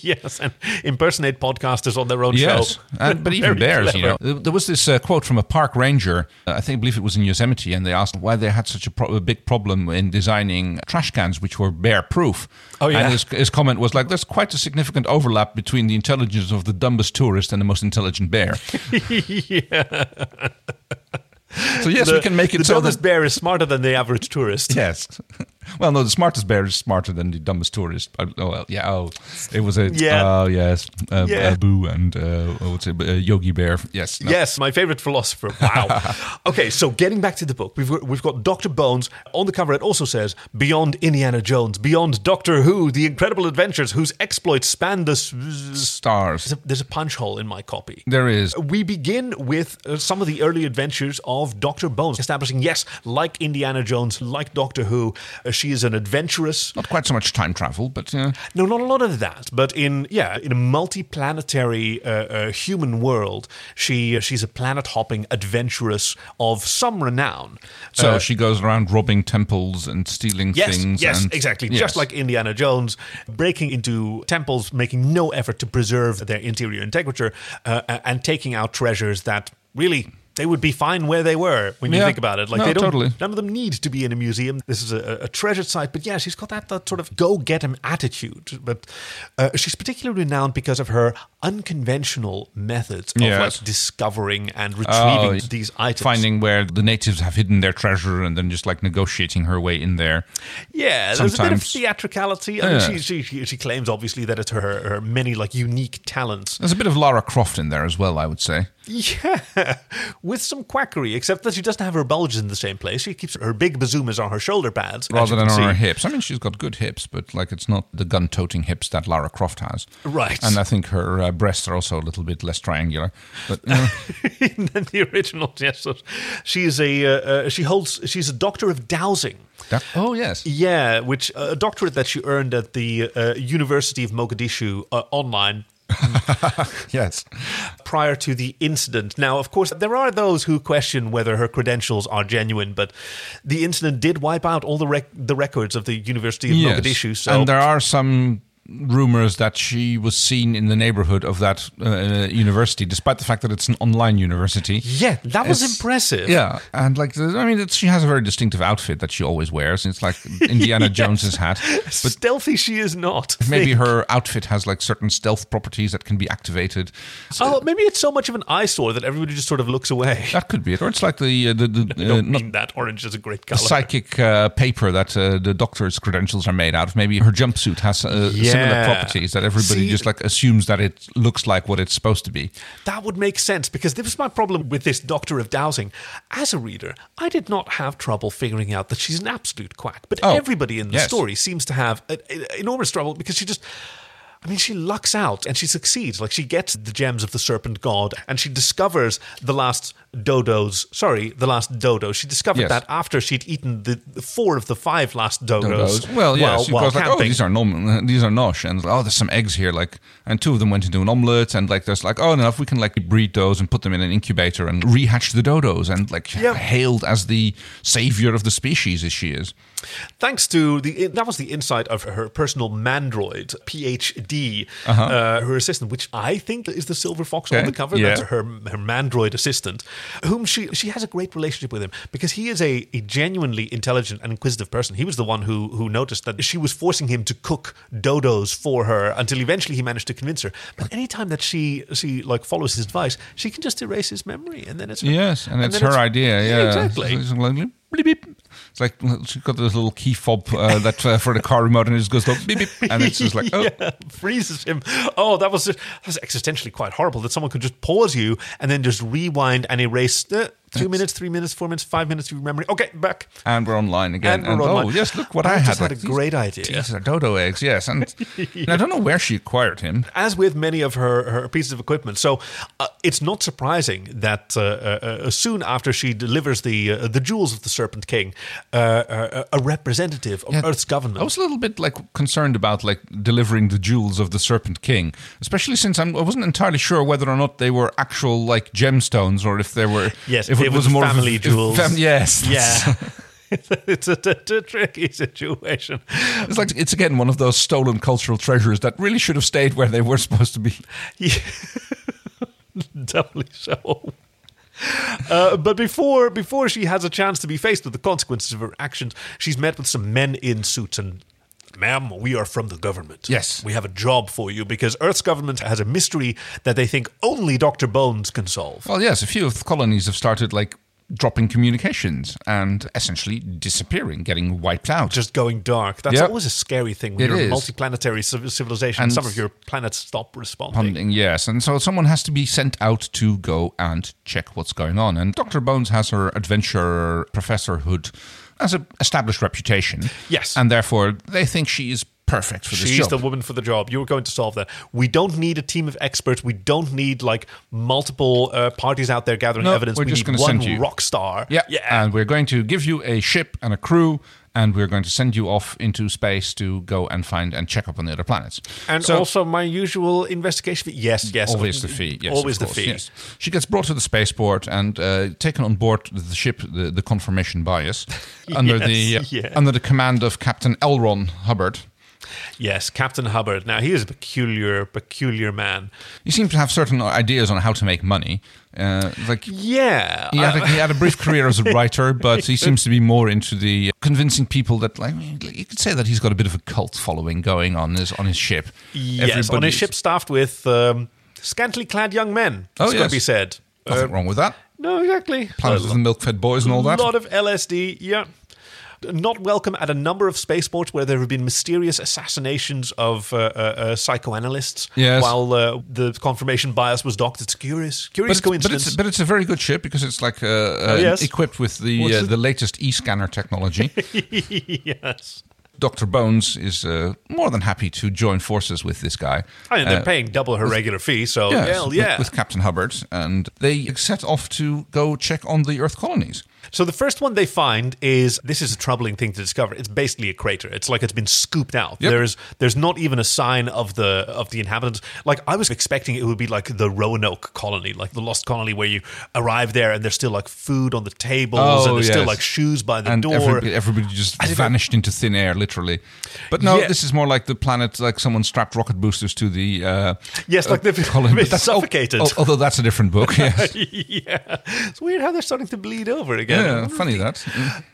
Speaker 1: yes, and impersonate podcasters on their own
Speaker 2: yes,
Speaker 1: show.
Speaker 2: Uh, but even
Speaker 1: Very
Speaker 2: bears, you
Speaker 1: clever.
Speaker 2: know. There there was this uh, quote from a park ranger. Uh, I think, I believe it was in Yosemite, and they asked why they had such a, pro- a big problem in designing trash cans which were bear-proof.
Speaker 1: Oh, yeah.
Speaker 2: And his, his comment was like, "There's quite a significant overlap between the intelligence of the dumbest tourist and the most intelligent bear." So yes, we can make
Speaker 1: the
Speaker 2: it so
Speaker 1: dumbest
Speaker 2: that.
Speaker 1: bear is smarter than the average tourist.
Speaker 2: Yes. Well, no, the smartest bear is smarter than the dumbest tourist. Uh, Oh, well, yeah. Oh, it was a.
Speaker 1: Yeah.
Speaker 2: Oh, yes. Uh,
Speaker 1: Yeah.
Speaker 2: uh, Boo and uh, what's it? Uh, Yogi Bear. Yes. no.
Speaker 1: Yes, my favorite philosopher. Wow. okay, so getting back to the book, we've got, we've got Doctor Bones on the cover. It also says beyond Indiana Jones, beyond Doctor Who, the incredible adventures whose exploits span the. s- s-
Speaker 2: Stars.
Speaker 1: There's a, there's a punch hole in my copy.
Speaker 2: There is.
Speaker 1: We begin with uh, some of the early adventures of Dr. Bones, establishing, yes, like Indiana Jones, like Doctor Who, uh, she is an adventurous.
Speaker 2: Not quite so much time travel, but uh,
Speaker 1: No, not a lot of that, but in yeah, in a multi-planetary uh, uh, human world, she uh, she's a planet-hopping adventuress of some renown.
Speaker 2: so uh, she goes around robbing temples and stealing
Speaker 1: Yes,
Speaker 2: things.
Speaker 1: yes,
Speaker 2: and,
Speaker 1: exactly.
Speaker 2: Yes.
Speaker 1: Just like Indiana Jones, breaking into temples, making no effort to preserve their interior integrity, uh, and taking out treasures that really they would be fine where they were when you
Speaker 2: Yeah.
Speaker 1: think about it. Like
Speaker 2: No,
Speaker 1: they don't,
Speaker 2: totally.
Speaker 1: none of them need to be in a museum. This is a, a treasured site, but yeah, she's got that, that sort of go get 'em attitude. But uh, she's particularly renowned because of her unconventional methods of
Speaker 2: Yes.
Speaker 1: like discovering and
Speaker 2: Oh,
Speaker 1: retrieving these items.
Speaker 2: Finding where the natives have hidden their treasure and then just like negotiating her way in there.
Speaker 1: Yeah, there's a bit of
Speaker 2: Sometimes-
Speaker 1: theatricality. I mean,
Speaker 2: Yeah.
Speaker 1: she, she- she she claims obviously that it's her her many like unique talents.
Speaker 2: There's a bit of Lara Croft in there as well, I would say.
Speaker 1: Yeah, with some quackery, except that she doesn't have her bulges in the same place. She keeps her big bazoomas on her shoulder pads as
Speaker 2: Rather
Speaker 1: you
Speaker 2: than
Speaker 1: can
Speaker 2: on her
Speaker 1: see.
Speaker 2: hips. I mean, she's got good hips, but like it's not the gun toting hips that Lara Croft has.
Speaker 1: Right.
Speaker 2: And I think her uh, breasts are also a little bit less triangular. But uh,
Speaker 1: than the original. Yes, she is a uh, uh, she holds she's a doctor of dowsing.
Speaker 2: that, oh, yes.
Speaker 1: Yeah, which uh, a doctorate that she earned at the uh, University of Mogadishu uh, online
Speaker 2: Yes.
Speaker 1: prior to the incident. Now, of course, there are those who question whether her credentials are genuine, but the incident did wipe out all the rec- the records of the University of Mogadishu. So,
Speaker 2: And there are some rumors that she was seen in the neighborhood of that uh, university, despite the fact that it's an online university.
Speaker 1: yeah, that was
Speaker 2: It's-
Speaker 1: impressive.
Speaker 2: Yeah, and like I mean, it's, she has a very distinctive outfit that she always wears. It's like Indiana Jones's hat, but
Speaker 1: Stealthy she is not.
Speaker 2: maybe her outfit has like certain stealth properties that can be activated.
Speaker 1: oh, maybe it's so much of an eyesore that everybody just sort of looks away.
Speaker 2: That could be it, or it's like the uh, the,
Speaker 1: I
Speaker 2: the uh,
Speaker 1: don't
Speaker 2: not
Speaker 1: mean that. Orange is a great
Speaker 2: the
Speaker 1: color.
Speaker 2: psychic uh, paper that uh, the doctor's credentials are made out of. Maybe her jumpsuit has uh, similar
Speaker 1: Yeah.
Speaker 2: properties that everybody
Speaker 1: See-
Speaker 2: just like assumes that it looks like what it's supposed to be.
Speaker 1: that would make sense because this was my problem with this Doctor of Dowsing. As a reader, I did not have trouble figuring out that she's an absolute quack, but
Speaker 2: Oh,
Speaker 1: everybody in the
Speaker 2: yes.
Speaker 1: story seems to have a, a- enormous trouble because she just. I mean, she lucks out and she succeeds. Like, she gets the gems of the serpent god and she discovers the last dodo's, sorry, the last dodo. She discovered
Speaker 2: Yes.
Speaker 1: that after she'd eaten the the four of the five last dodos.
Speaker 2: Dodos.
Speaker 1: while-
Speaker 2: Well, yes,
Speaker 1: while
Speaker 2: because like, oh,
Speaker 1: camping.
Speaker 2: these are nom- these are nosh, and oh, there's some eggs here, like, and two of them went into an omelette, and like, there's like, oh, no, if we can like breed those and put them in an incubator and rehatch the dodos, and like,
Speaker 1: Yeah.
Speaker 2: hailed as the savior of the species as she is.
Speaker 1: thanks to the that was the insight of her personal mandroid PhD, uh her assistant, which I think is the silver fox on
Speaker 2: Uh-huh. Okay,
Speaker 1: the cover.
Speaker 2: yeah.
Speaker 1: That's her her mandroid assistant, whom she she has a great relationship with him because he is a, a genuinely intelligent and inquisitive person. He was the one who who noticed that she was forcing him to cook dodos for her until eventually he managed to convince her. But anytime that she she like follows his advice, she can just erase his memory and then it's her-
Speaker 2: Yes, and, it's
Speaker 1: then
Speaker 2: her idea. Yeah,
Speaker 1: exactly.
Speaker 2: It's like, bleep, beep. It's like she's got this little key fob uh, that uh, for the car remote, and it just goes beep, beep, and it's just like, oh,
Speaker 1: yeah, freezes him. Oh, that was just, that was existentially quite horrible that someone could just pause you and then just rewind and erase uh, two minutes, three minutes, four minutes, five minutes of your memory. Okay, back.
Speaker 2: and we're online again.
Speaker 1: And we're online.
Speaker 2: oh, yes, look what
Speaker 1: I
Speaker 2: I,
Speaker 1: just had
Speaker 2: had.
Speaker 1: a great idea.
Speaker 2: These are dodo eggs. Yes, and, and I don't know where she acquired him.
Speaker 1: As with many of her, her pieces of equipment, so uh, it's not surprising that uh, uh, uh, soon after she delivers the uh, the jewels of the Serpent King, uh, uh, a representative of Earth's government.
Speaker 2: I was a little bit like concerned about like delivering the jewels of the Serpent King, especially since I'm, I wasn't entirely sure whether or not they were actual like gemstones or if they were
Speaker 1: Yes,
Speaker 2: if
Speaker 1: it was
Speaker 2: of a-
Speaker 1: family
Speaker 2: if
Speaker 1: jewels.
Speaker 2: yes, that's-
Speaker 1: yeah. it's a, t- t- tricky situation.
Speaker 2: It's like it's again one of those stolen cultural treasures that really should have stayed where they were supposed to be.
Speaker 1: Yeah. Doubly so. Uh, but before before she has a chance to be faced with the consequences of her actions, she's met with some men in suits and. Ma'am, we are from the government.
Speaker 2: Yes.
Speaker 1: We have a job for you because Earth's government has a mystery that they think only Dr. Bones can solve.
Speaker 2: Well, yes, a few of the colonies have started like dropping communications and essentially disappearing, getting wiped out.
Speaker 1: Just going dark. That's
Speaker 2: Yep.
Speaker 1: always a scary thing when
Speaker 2: It
Speaker 1: you're
Speaker 2: is.
Speaker 1: a multiplanetary civ- civilization.
Speaker 2: And-
Speaker 1: some of your planets stop responding.
Speaker 2: Funding, yes. And so someone has to be sent out to go and check what's going on. And Dr. Bones has her adventurer professorhood as an established reputation.
Speaker 1: Yes.
Speaker 2: And therefore, they think she is perfect for this
Speaker 1: She's
Speaker 2: job.
Speaker 1: the woman for the job. You were going to solve that. We don't need a team of experts. We don't need like multiple uh, parties out there gathering
Speaker 2: No,
Speaker 1: evidence.
Speaker 2: we're
Speaker 1: we
Speaker 2: just
Speaker 1: need
Speaker 2: gonna
Speaker 1: one
Speaker 2: send you.
Speaker 1: rock star.
Speaker 2: yeah.
Speaker 1: yeah.
Speaker 2: And we're going to give you a ship and a crew, and we're going to send you off into space to go and find and check up on the other planets.
Speaker 1: And
Speaker 2: So-
Speaker 1: also my usual investigation. fee. Yes, yes.
Speaker 2: always the fee. Yes,
Speaker 1: always
Speaker 2: of
Speaker 1: the
Speaker 2: course,
Speaker 1: fee.
Speaker 2: yes. She gets brought to the spaceport and uh, taken on board the ship, the, the confirmation bias, under the uh,
Speaker 1: Yes, yes.
Speaker 2: under the command of Captain Elron Hubbard.
Speaker 1: Yes, Captain Hubbard. Now he is a peculiar, peculiar man.
Speaker 2: He seemed to have certain ideas on how to make money. Uh, like he
Speaker 1: Yeah. Uh, I-
Speaker 2: had, a, he had a brief career as a writer, but he seems to be more into the uh, convincing people that, like, you could say that he's got a bit of a cult following going on his on his ship.
Speaker 1: yes. On a
Speaker 2: Everybody's-
Speaker 1: ship staffed with um, scantily clad young men.
Speaker 2: Oh,
Speaker 1: It's got
Speaker 2: yes. Oh.
Speaker 1: to be said. Uh,
Speaker 2: nothing wrong with that.
Speaker 1: No, exactly.
Speaker 2: Planet of the Milk-fed boys and all that.
Speaker 1: A lot of LSD, yeah. Not welcome at a number of spaceports where there have been mysterious assassinations of uh, uh, uh, psychoanalysts.
Speaker 2: Yes.
Speaker 1: While uh, the confirmation bias was docked, it's curious, curious
Speaker 2: but it's, but,
Speaker 1: coincidence.
Speaker 2: it's, but it's a very good ship because it's like uh, uh,
Speaker 1: Oh, yes.
Speaker 2: equipped with
Speaker 1: What's
Speaker 2: the uh,
Speaker 1: it?
Speaker 2: the latest e scanner technology.
Speaker 1: yes.
Speaker 2: Doctor Bones is uh, more than happy to join forces with this guy.
Speaker 1: I mean, they're
Speaker 2: Uh,
Speaker 1: paying double her regular fee, so
Speaker 2: yes,
Speaker 1: Oh, hell
Speaker 2: with-
Speaker 1: yeah.
Speaker 2: with Captain Hubbard, and they set off to go check on the Earth colonies.
Speaker 1: So the first one they find is this is a troubling thing to discover. It's basically a crater. It's like it's been scooped out.
Speaker 2: Yep.
Speaker 1: There's there's not even a sign of the of the inhabitants. Like I was expecting it would be like the Roanoke colony, like the lost colony where you arrive there and there's still like food on the tables
Speaker 2: Oh,
Speaker 1: and there's still
Speaker 2: yes.
Speaker 1: like shoes by the
Speaker 2: and
Speaker 1: door.
Speaker 2: everybody, everybody just vanished into thin air, literally. But no,
Speaker 1: Yeah.
Speaker 2: this is more like the planet, like someone strapped rocket boosters to the uh,
Speaker 1: Yes, like they've
Speaker 2: colony.
Speaker 1: been
Speaker 2: But that's-
Speaker 1: suffocated.
Speaker 2: al- although that's a different book. Yes.
Speaker 1: yeah. It's weird how they're starting to bleed over again.
Speaker 2: yeah, funny that.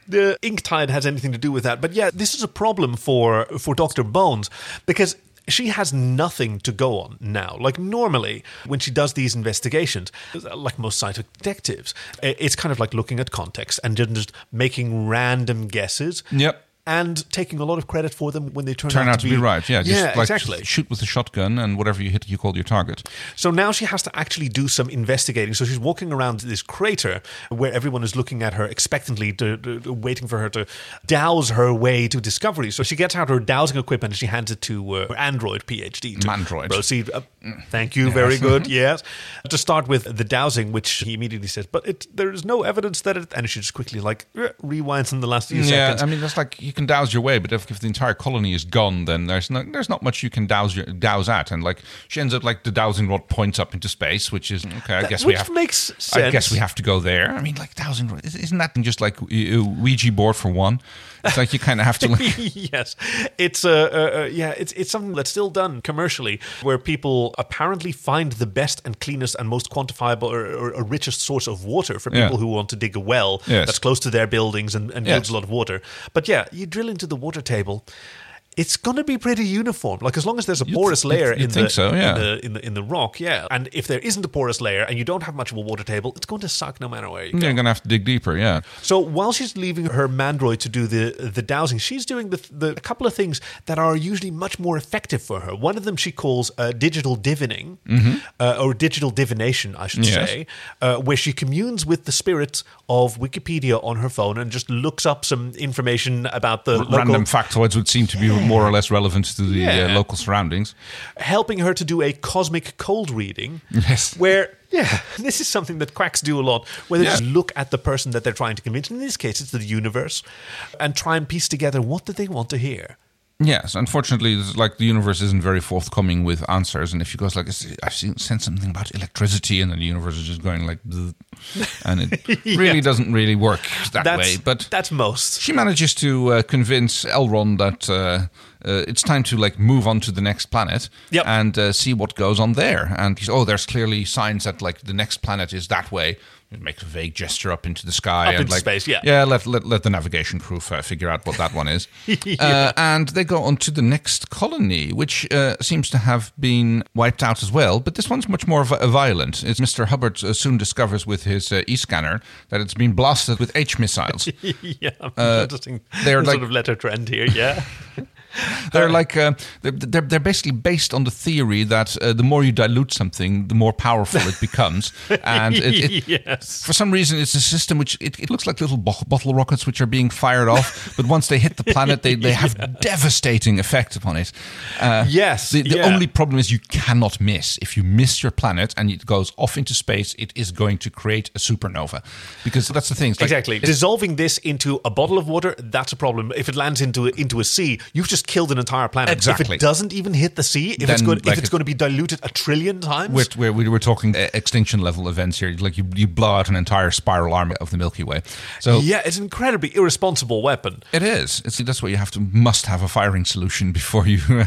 Speaker 1: the ink tide has anything to do with that. But yeah, this is a problem for for Doctor Bones because she has nothing to go on now. Like normally, when she does these investigations, like most scientific detectives, i- it's kind of like looking at context and then just making random guesses.
Speaker 2: Yep.
Speaker 1: and taking a lot of credit for them when they turn,
Speaker 2: Turn out to be, right. Yeah, just
Speaker 1: yeah,
Speaker 2: like
Speaker 1: exactly.
Speaker 2: shoot with a shotgun and whatever you hit, you call your target.
Speaker 1: So now she has to actually do some investigating. So she's walking around this crater where everyone is looking at her expectantly, to, to- to- waiting for her to douse her way to discovery. So she gets out her dowsing equipment and she hands it to uh, her android PhD. To
Speaker 2: Mandroid. Mm.
Speaker 1: Proceed. Uh, thank you. Very good. Yes. To start with the dowsing, which he immediately says, but it, there is no evidence that it. And she just quickly like eh, rewinds in the last few
Speaker 2: Yeah,
Speaker 1: seconds.
Speaker 2: I mean that's like you can douse your way, but if, if the entire colony is gone, then there's no, there's not much you can douse your, douse at, and like she ends up like the dowsing rod points up into space, which is okay. I guess we
Speaker 1: which
Speaker 2: have
Speaker 1: makes
Speaker 2: I guess
Speaker 1: sense.
Speaker 2: we have to go there. I mean, like dowsing rod is- isn't that just like a a Ouija board for one? It's like you kind of have to. Like,
Speaker 1: yes, it's uh, uh, uh, yeah, it's it's something that's still done commercially, where people apparently find the best and cleanest and most quantifiable or, or, or richest source of water for
Speaker 2: Yeah.
Speaker 1: people who want to dig a well
Speaker 2: Yes.
Speaker 1: that's close to their buildings and, and
Speaker 2: Yes.
Speaker 1: yields a lot of water. But yeah, you drill into the water table. It's going to be pretty uniform. Like as long as there's a porous
Speaker 2: you'd-
Speaker 1: layer
Speaker 2: you'd
Speaker 1: in,
Speaker 2: think
Speaker 1: the,
Speaker 2: so,
Speaker 1: in
Speaker 2: yeah.
Speaker 1: the in the in the rock, yeah. And if there isn't a porous layer and you don't have much of a water table, it's going to suck no matter where you go.
Speaker 2: You're gonna have to dig deeper, yeah.
Speaker 1: So while she's leaving her mandroid to do the the dowsing, she's doing the, the a couple of things that are usually much more effective for her. One of them she calls uh, digital divining, uh, or digital divination, I should
Speaker 2: Yes.
Speaker 1: say, uh, where she communes with the spirit of Wikipedia on her phone and just looks up some information about the local,
Speaker 2: Random factoids would seem to be more or less relevant to the
Speaker 1: Yeah.
Speaker 2: uh, local surroundings.
Speaker 1: helping her to do a cosmic cold reading.
Speaker 2: Yes.
Speaker 1: Where, yeah, this is something that quacks do a lot, where they
Speaker 2: Yeah.
Speaker 1: just look at the person that they're trying to convince, in this case, it's the universe, and try and piece together what do they want to hear.
Speaker 2: Yes, unfortunately, it's like the universe isn't very forthcoming with answers, and if you go like, "Is- I've seen sent something about electricity, and then the universe is just going like, "Bleh," and it really doesn't really work that
Speaker 1: That's,
Speaker 2: way. But
Speaker 1: that's most.
Speaker 2: she manages to uh, convince Elrond that uh, uh, it's time to like move on to the next planet
Speaker 1: Yep.
Speaker 2: and uh, see what goes on there. And he's, oh, there's clearly signs that like the next planet is that way. It makes a vague gesture up into the sky and
Speaker 1: into
Speaker 2: like
Speaker 1: space, yeah.
Speaker 2: yeah. Let, let let the navigation crew f- figure out what that one is. uh, and they go on to the next colony, which uh, seems to have been wiped out as well. But this one's much more vi- violent. It's Mr. Hubbard uh, soon discovers with his uh, e scanner that it's been blasted with H missiles.
Speaker 1: yeah, I'm noticing
Speaker 2: Uh, they're
Speaker 1: the
Speaker 2: like-
Speaker 1: sort of letter trend here, yeah.
Speaker 2: They're like uh, they're, they're they're basically based on the theory that uh, the more you dilute something, the more powerful it becomes, and it, it,
Speaker 1: yes.
Speaker 2: for some reason it's a system which it, it looks like little bo- bottle rockets which are being fired off, but once they hit the planet, they they have devastating effect upon it. Uh,
Speaker 1: Yes,
Speaker 2: The, the
Speaker 1: yeah.
Speaker 2: only problem is you cannot miss. If you miss your planet and it goes off into space, it is going to create a supernova, because that's the thing. It's like-
Speaker 1: Exactly. Dissolving this into a bottle of water, that's a problem. If it lands into a, into a sea, you've just killed an entire planet. If
Speaker 2: Exactly.
Speaker 1: it doesn't even hit the sea, if it's
Speaker 2: Then,
Speaker 1: going
Speaker 2: like,
Speaker 1: if it's going to be diluted a trillion times,
Speaker 2: We're, we're, we we're talking uh, extinction level events here. Like you, you blow out an entire spiral arm of the Milky Way. So
Speaker 1: yeah, it's an incredibly irresponsible weapon.
Speaker 2: it is. It's, that's why you have to must have a firing solution before you. uh,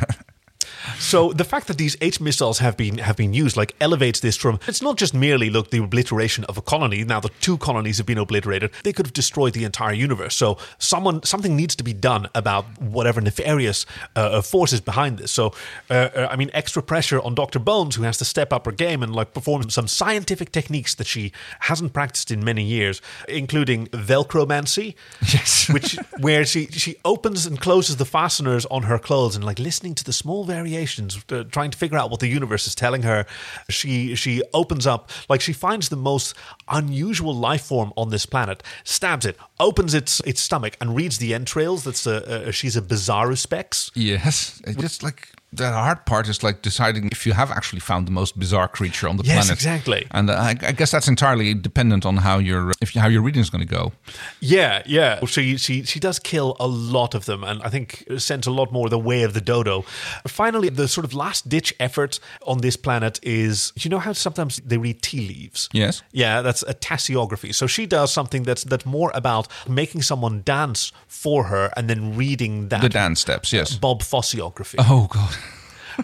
Speaker 1: So the fact that these H missiles have been have been used like elevates this from it's not just merely look the obliteration of a colony. Now the two colonies have been obliterated. They could have destroyed the entire universe. So someone something needs to be done about whatever nefarious uh, uh, forces behind this. So uh, uh, I mean, extra pressure on Doctor Bones who has to step up her game and like perform some scientific techniques that she hasn't practiced in many years, including velcromancy,
Speaker 2: Yes.
Speaker 1: which where she she opens and closes the fasteners on her clothes and like listening to the small variations uh, trying to figure out what the universe is telling her she she opens up like she finds the most unusual life form on this planet stabs it opens its its stomach and reads the entrails that's a, a she's a bizarro specs
Speaker 2: yes, it's just like the hard part is like deciding if you have actually found the most bizarre creature on the
Speaker 1: Yes,
Speaker 2: planet.
Speaker 1: exactly.
Speaker 2: And uh, I, I guess that's entirely dependent on how your uh, if you, how your reading is going to go.
Speaker 1: yeah yeah she she she does kill a lot of them and i think sends a lot more the way of the dodo finally the sort of last ditch effort on this planet is you know how sometimes they read tea leaves
Speaker 2: Yes.
Speaker 1: Yeah, that's a tassiography. So she does something that's that's more about making someone dance for her and then reading that
Speaker 2: The dance steps. Yes.
Speaker 1: Bob Fosseography,
Speaker 2: Oh god.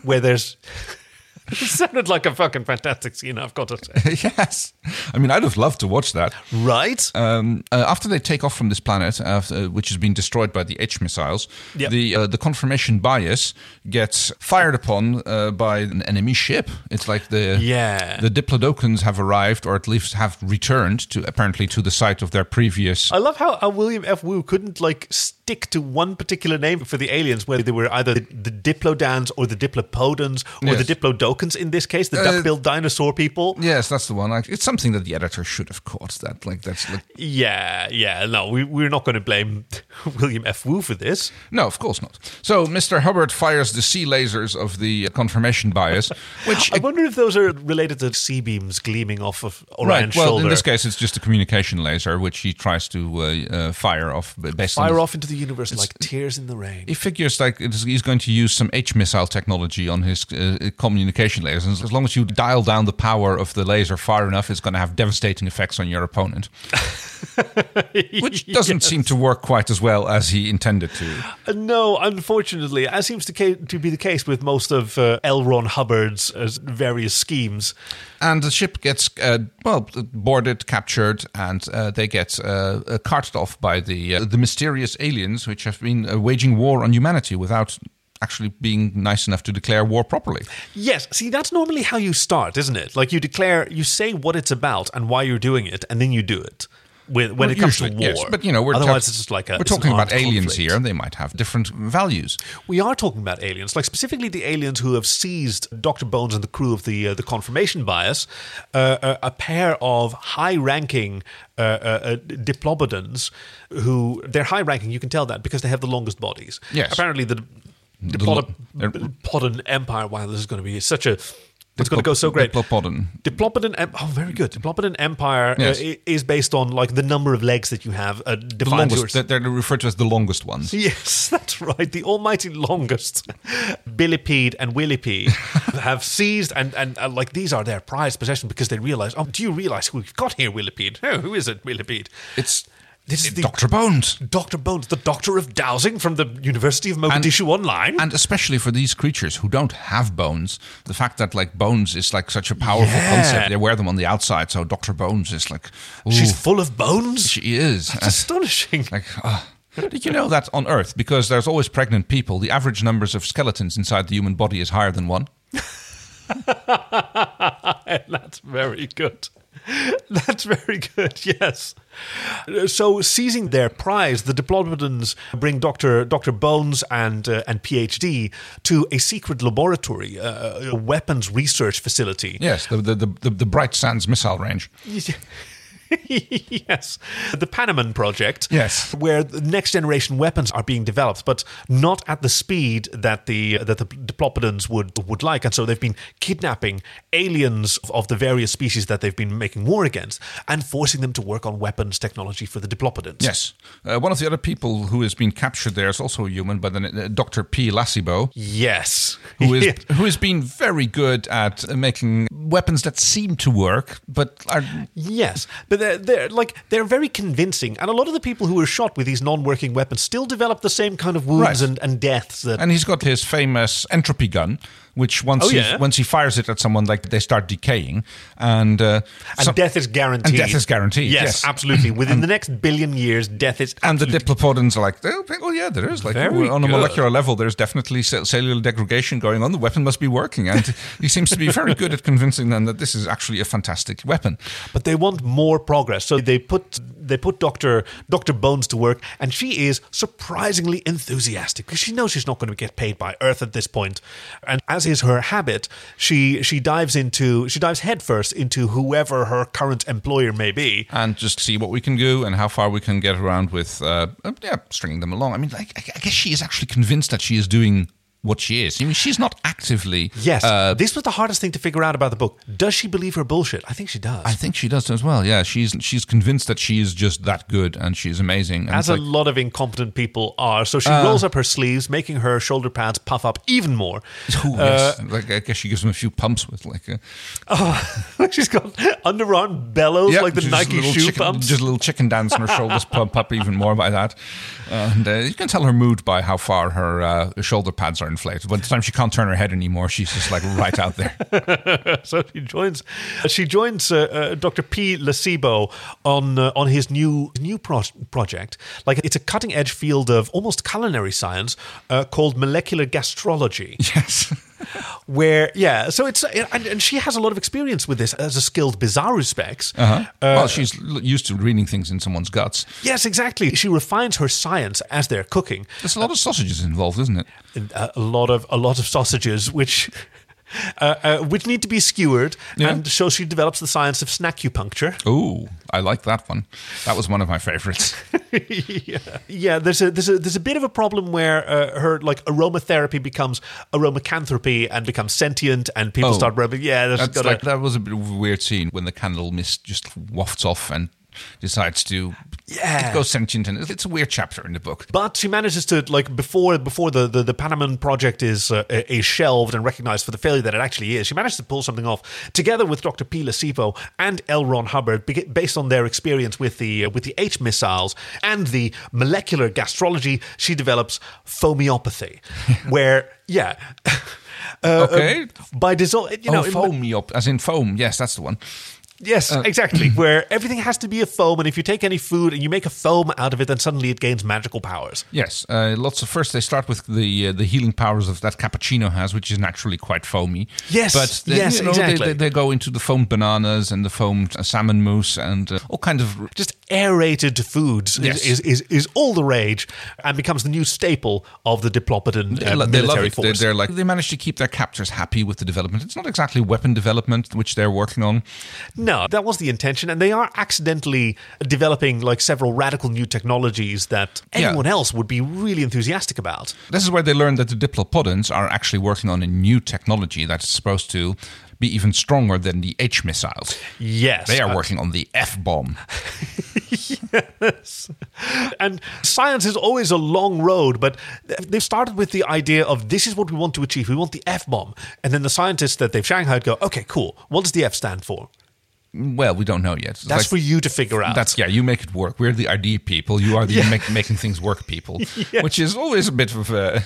Speaker 1: where there's. it sounded like a fucking fantastic scene. I've got to say,
Speaker 2: yes. I mean, I'd have loved to watch that.
Speaker 1: right?
Speaker 2: um, uh, after they take off from this planet, after, which has been destroyed by the H missiles,
Speaker 1: Yep.
Speaker 2: the uh, the confirmation bias gets fired upon uh, by an enemy ship. It's like the
Speaker 1: Yeah.
Speaker 2: the diplodocans have arrived, or at least have returned to apparently to the site of their previous.
Speaker 1: Uh, I love how, how William F. Woo couldn't like stick stick to one particular name for the aliens, whether they were either the, the diplodans or the diplopodons or
Speaker 2: Yes.
Speaker 1: the diplodocans in this case, the
Speaker 2: Uh,
Speaker 1: duck-billed dinosaur people.
Speaker 2: Yes, that's the one. Like, it's something that the editor should have caught. That like that's like
Speaker 1: Yeah, yeah. No, we, we're not going to blame William F. Woo for this.
Speaker 2: no, of course not. So Mr. Hubbard fires the sea lasers of the confirmation bias, which
Speaker 1: I wonder if those are related to sea beams gleaming off of Orion's
Speaker 2: right. Well,
Speaker 1: shoulder.
Speaker 2: in this case, it's just a communication laser which he tries to uh, uh, fire off b- based on.
Speaker 1: Fire off into the universe like tears in the rain.
Speaker 2: He figures like it is- he's going to use some H missile technology on his uh, communication lasers. As long as you dial down the power of the laser far enough, it's going to have devastating effects on your opponent, which doesn't seem to work quite as well as he intended to.
Speaker 1: Uh, No, unfortunately, as seems to, ca- to be the case with most of uh, L. Ron Hubbard's uh, various schemes.
Speaker 2: And the ship gets uh, well boarded, captured, and uh, they get uh, uh, carted off by the uh, the mysterious aliens, which have been uh, waging war on humanity without actually being nice enough to declare war properly.
Speaker 1: Yes, see, that's normally how you start, isn't it? Like you declare, you say what it's about and why you're doing it, and then you do it. When, when it comes to war,
Speaker 2: Usually, yes. but you know, we're
Speaker 1: otherwise
Speaker 2: talk-
Speaker 1: it's just like a,
Speaker 2: we're
Speaker 1: it's an
Speaker 2: talking about
Speaker 1: armed
Speaker 2: aliens
Speaker 1: conflict.
Speaker 2: here, and they might have different values.
Speaker 1: We are talking about aliens, like specifically the aliens who have seized Doctor Bones and the crew of the uh, the confirmation bias, uh, a, a pair of high-ranking uh, uh, uh, diplododons who they're high-ranking. You can tell that because they have the longest bodies.
Speaker 2: Yes.
Speaker 1: apparently the
Speaker 2: lo-
Speaker 1: diplodon,
Speaker 2: they're-
Speaker 1: diplodon empire. Wow, this is going to be such a it's going to go so great.
Speaker 2: Diplopodon.
Speaker 1: Diplopodon, em- oh, very good. Diplopodon Empire uh,
Speaker 2: Yes.
Speaker 1: i- is based on like the number of legs that you have. Uh,
Speaker 2: The
Speaker 1: defines
Speaker 2: longest,
Speaker 1: yours.
Speaker 2: they're they're referred to as the longest ones.
Speaker 1: Yes, that's right. The almighty longest Billipede and Willipede have seized and, and uh, like these are their prized possession because they realize, oh, do you realize who we've got here, Willipede? Oh, who is it, Willipede?
Speaker 2: It's
Speaker 1: This is the
Speaker 2: Doctor Bones.
Speaker 1: Dr. Bones, the doctor of dowsing from the University of Mogadishu Online.
Speaker 2: and especially for these creatures who don't have bones the fact that like bones is like such a powerful
Speaker 1: Yeah.
Speaker 2: concept they wear them on the outside so dr bones is like ooh,
Speaker 1: She's full of bones.
Speaker 2: she is
Speaker 1: It's astonishing.
Speaker 2: like ah. did you know that on earth because there's always pregnant people the average numbers of skeletons inside the human body is higher than one
Speaker 1: That's very good. That's very good. Yes. Uh, So, seizing their prize, the Diplododans bring Doctor Doctor Bones and uh, and PhD to a secret laboratory, uh, a weapons research facility.
Speaker 2: yes the, the, the, the, the bright sands missile range
Speaker 1: yes, the Panaman project.
Speaker 2: Yes.
Speaker 1: where the next generation weapons are being developed, but not at the speed that the that the Diplopodons would would like, and so they've been kidnapping aliens of- of the various species that they've been making war against, and forcing them to work on weapons technology for the Diplopodons.
Speaker 2: yes uh, one of the other people who has been captured there is also a human but then uh, dr p lassibo
Speaker 1: Yes.
Speaker 2: who is
Speaker 1: Yeah.
Speaker 2: who has been very good at uh, making weapons that seem to work but are
Speaker 1: Yes, but they're, they're like they're very convincing, and a lot of the people who were shot with these non-working weapons still develop the same kind of wounds
Speaker 2: Right.
Speaker 1: and, and deaths that
Speaker 2: And he's got his famous entropy gun, which once
Speaker 1: Oh,
Speaker 2: he,
Speaker 1: yeah.
Speaker 2: once he fires it at someone, like they start decaying, and uh,
Speaker 1: And
Speaker 2: some-
Speaker 1: death is guaranteed.
Speaker 2: And death is guaranteed.
Speaker 1: Yes,
Speaker 2: Yes,
Speaker 1: absolutely. Within the next billion years, death is.
Speaker 2: and the diplopodons are like, oh, oh, yeah, there is like
Speaker 1: Very
Speaker 2: on a
Speaker 1: good.
Speaker 2: molecular level, there's definitely cell- cellular degradation going on. The weapon must be working, and he seems to be very good at convincing them that this is actually a fantastic weapon.
Speaker 1: But they want more progress, so they put they put Doctor Doctor Bones to work, and she is surprisingly enthusiastic because she knows she's not going to get paid by Earth at this point. And as is her habit, she she dives into she dives headfirst into whoever her current employer may be.
Speaker 2: and just see what we can do and how far we can get around with uh, uh, yeah, stringing them along. I mean, like, I I guess she is actually convinced that she is doing what she is. I mean, she's not actively.
Speaker 1: Yes,
Speaker 2: Uh,
Speaker 1: this was the hardest thing to figure out about the book. Does she believe her bullshit? I think she does.
Speaker 2: I think she does as well. Yeah, she's she's convinced that she is just that good and she's amazing. And
Speaker 1: as
Speaker 2: it's
Speaker 1: a
Speaker 2: like, Uh.
Speaker 1: lot of incompetent people are. So she rolls up her sleeves, making her shoulder pads puff up even more.
Speaker 2: "Ooh, yes." like, I guess she gives him a few pumps with like uh, a,
Speaker 1: She's got underarm bellows
Speaker 2: Yeah,
Speaker 1: like the
Speaker 2: just
Speaker 1: Nike
Speaker 2: little
Speaker 1: shoe
Speaker 2: chicken,
Speaker 1: pumps.
Speaker 2: just a little chicken dance on her shoulders, pump up even more by that. And uh, you can tell her mood by how far her uh, shoulder pads are inflated. By the time she can't turn her head anymore, she's just like right out there.
Speaker 1: so she joins. She joins uh, uh, Dr. P. Lacebo on uh, on his new new pro- project. Like it's a cutting edge field of almost culinary science uh, called molecular gastrology.
Speaker 2: Yes.
Speaker 1: where yeah, so it's uh, and, and she has a lot of experience with this as a skilled bizarro specs.
Speaker 2: Uh-huh. well, she's l- used to reading things in someone's guts.
Speaker 1: Yes, exactly. She refines her science as they're cooking.
Speaker 2: There's a lot of sausages involved, isn't it?
Speaker 1: And, uh, a lot of a lot of sausages, which. Uh, uh, which need to be skewered,
Speaker 2: Yeah.
Speaker 1: and so she develops the science of snackupuncture.
Speaker 2: Ooh, I like that one. That was one of my favorites.
Speaker 1: yeah. yeah, there's a there's a there's a bit of a problem where uh, her like aromatherapy becomes aromacanthropy and becomes sentient, and people
Speaker 2: Oh.
Speaker 1: start rubbing. Yeah, there's
Speaker 2: That's
Speaker 1: got
Speaker 2: like,
Speaker 1: a,
Speaker 2: that was a bit of a weird scene when the candle mist just wafts off and decides to
Speaker 1: Yeah.
Speaker 2: it goes sentient and it's a weird chapter in the book.
Speaker 1: But she manages to like before before the the, the Panaman project is uh, is shelved and recognized for the failure that it actually is. She managed to pull something off together with Dr. P. Lasipo and L. Ron Hubbard, be- based on their experience with the uh, with the H missiles and the molecular gastrology. She develops fomeopathy, where yeah. Uh,
Speaker 2: Okay.
Speaker 1: by dissolve, you know,
Speaker 2: oh,
Speaker 1: in-
Speaker 2: foam Uh. me up, as in foam. Yes, that's the one.
Speaker 1: Yes, exactly. Where everything has to be a foam, and if you take any food and you make a foam out of it, then suddenly it gains magical powers.
Speaker 2: Yes, uh, lots of. First, they start with the uh, the healing powers of that cappuccino has, which is naturally quite foamy.
Speaker 1: Yes,
Speaker 2: but they,
Speaker 1: yes,
Speaker 2: you know,
Speaker 1: exactly.
Speaker 2: They, they, they go into the foamed bananas and the foamed uh, salmon mousse and uh, all kinds of
Speaker 1: just aerated foods is-
Speaker 2: Yes.
Speaker 1: is, is, is, all the rage and becomes the new staple of the Diplopodan uh,
Speaker 2: lo-
Speaker 1: military
Speaker 2: it. They-
Speaker 1: force.
Speaker 2: They're, like they manage to keep their captors happy with the development. It's not exactly weapon development which they're working on.
Speaker 1: no, that was the intention, and they are accidentally developing like several radical new technologies that
Speaker 2: Yeah.
Speaker 1: anyone else would be really enthusiastic about.
Speaker 2: This is where they learn that the diplopodons are actually working on a new technology that's supposed to be even stronger than the H missiles.
Speaker 1: Yes,
Speaker 2: They are
Speaker 1: Uh,
Speaker 2: working on the F bomb.
Speaker 1: and science is always a long road, but th- they've started with the idea of this is what we want to achieve. We want the F bomb, and then the scientists that they've shanghaied go, okay, cool. What does the F stand for?
Speaker 2: Well, we don't know yet. It's
Speaker 1: That's
Speaker 2: like-
Speaker 1: for you to figure out.
Speaker 2: That's yeah. You make it work. We're the idea people. You are the make, making things work people, which is always a bit of a.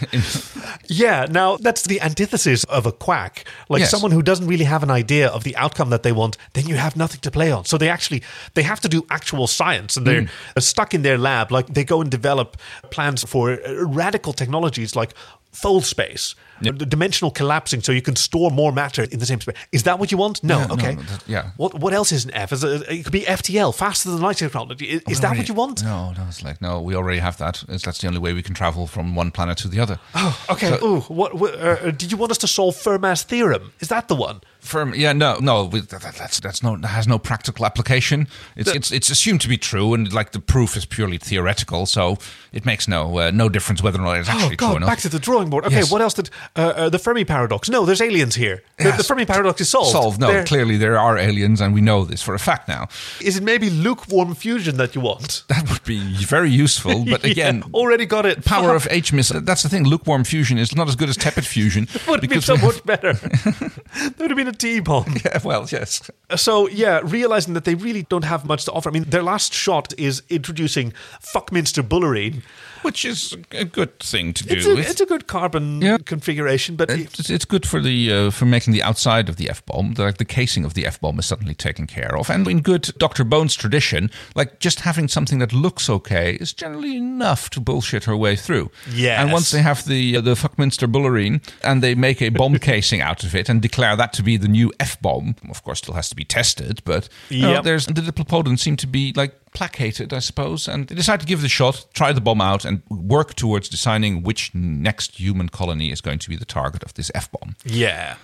Speaker 1: Yeah, now that's the antithesis of a quack. Like
Speaker 2: Yes.
Speaker 1: someone who doesn't really have an idea of the outcome that they want, then you have nothing to play on. So they actually they have to do actual science and they're
Speaker 2: Mm.
Speaker 1: uh, stuck in their lab like they go and develop plans for uh, radical technologies like fold space, d- dimensional collapsing so you can store more matter in the same space. Is that what you want? No,
Speaker 2: no,
Speaker 1: okay.
Speaker 2: no, that- yeah.
Speaker 1: What what else is an F? Is it, uh, it could be FTL, faster than light technology. Is, is that what you want?
Speaker 2: No, no. It's like no. We already have that. It's, that's the only way we can travel from one planet to the other.
Speaker 1: Okay. ooh, what, what uh, uh, did you want us to solve Fermat's theorem? Is that the one?
Speaker 2: Firm, yeah, no, no, we- that, that- that's that's no that has no practical application. It's it's it's assumed to be true, and like the proof is purely theoretical, so it makes no uh, no difference whether or not it's
Speaker 1: Oh
Speaker 2: actually true or
Speaker 1: God!
Speaker 2: not.
Speaker 1: Back to the drawing board. Okay,
Speaker 2: Yes.
Speaker 1: what else did uh, uh, the Fermi paradox? No, there's aliens here. The, the
Speaker 2: Yes.
Speaker 1: Fermi paradox is solved.
Speaker 2: Solved. No,
Speaker 1: There-
Speaker 2: clearly there are aliens, and we know this for a fact now.
Speaker 1: Is it maybe lukewarm fusion that you want?
Speaker 2: That would be very useful, but
Speaker 1: Yeah,
Speaker 2: again,
Speaker 1: already got it.
Speaker 2: power of H missile. That's the thing. Lukewarm fusion is not as good as tepid fusion.
Speaker 1: would have been
Speaker 2: because
Speaker 1: so
Speaker 2: we have-
Speaker 1: much better. that would have been a T bomb.
Speaker 2: Yeah, well, yes.
Speaker 1: So yeah, realizing that they really don't have much to offer. I mean, their last shot is introducing Fuckminster Bullerine.
Speaker 2: Which is a good thing to do.
Speaker 1: It's a, it's a good carbon
Speaker 2: Yeah.
Speaker 1: configuration, but it-
Speaker 2: Eh? It's, it's good for the uh, for making the outside of the f bomb, like the casing of the f bomb, is suddenly taken care of. And in good Doctor Bones tradition, like just having something that looks okay is generally enough to bullshit her way through.
Speaker 1: Yes.
Speaker 2: And once they have the uh, the Fuckminster Bullerine and they make a bomb casing out of it and declare that to be the new f bomb, of course, still has to be tested. But you know,
Speaker 1: Yep.
Speaker 2: there's the diplopodon seem to be like placated, I suppose, and they decide to give it a shot, try the bomb out, and work towards deciding which next human colony is going to be the target of this F bomb.
Speaker 1: yeah.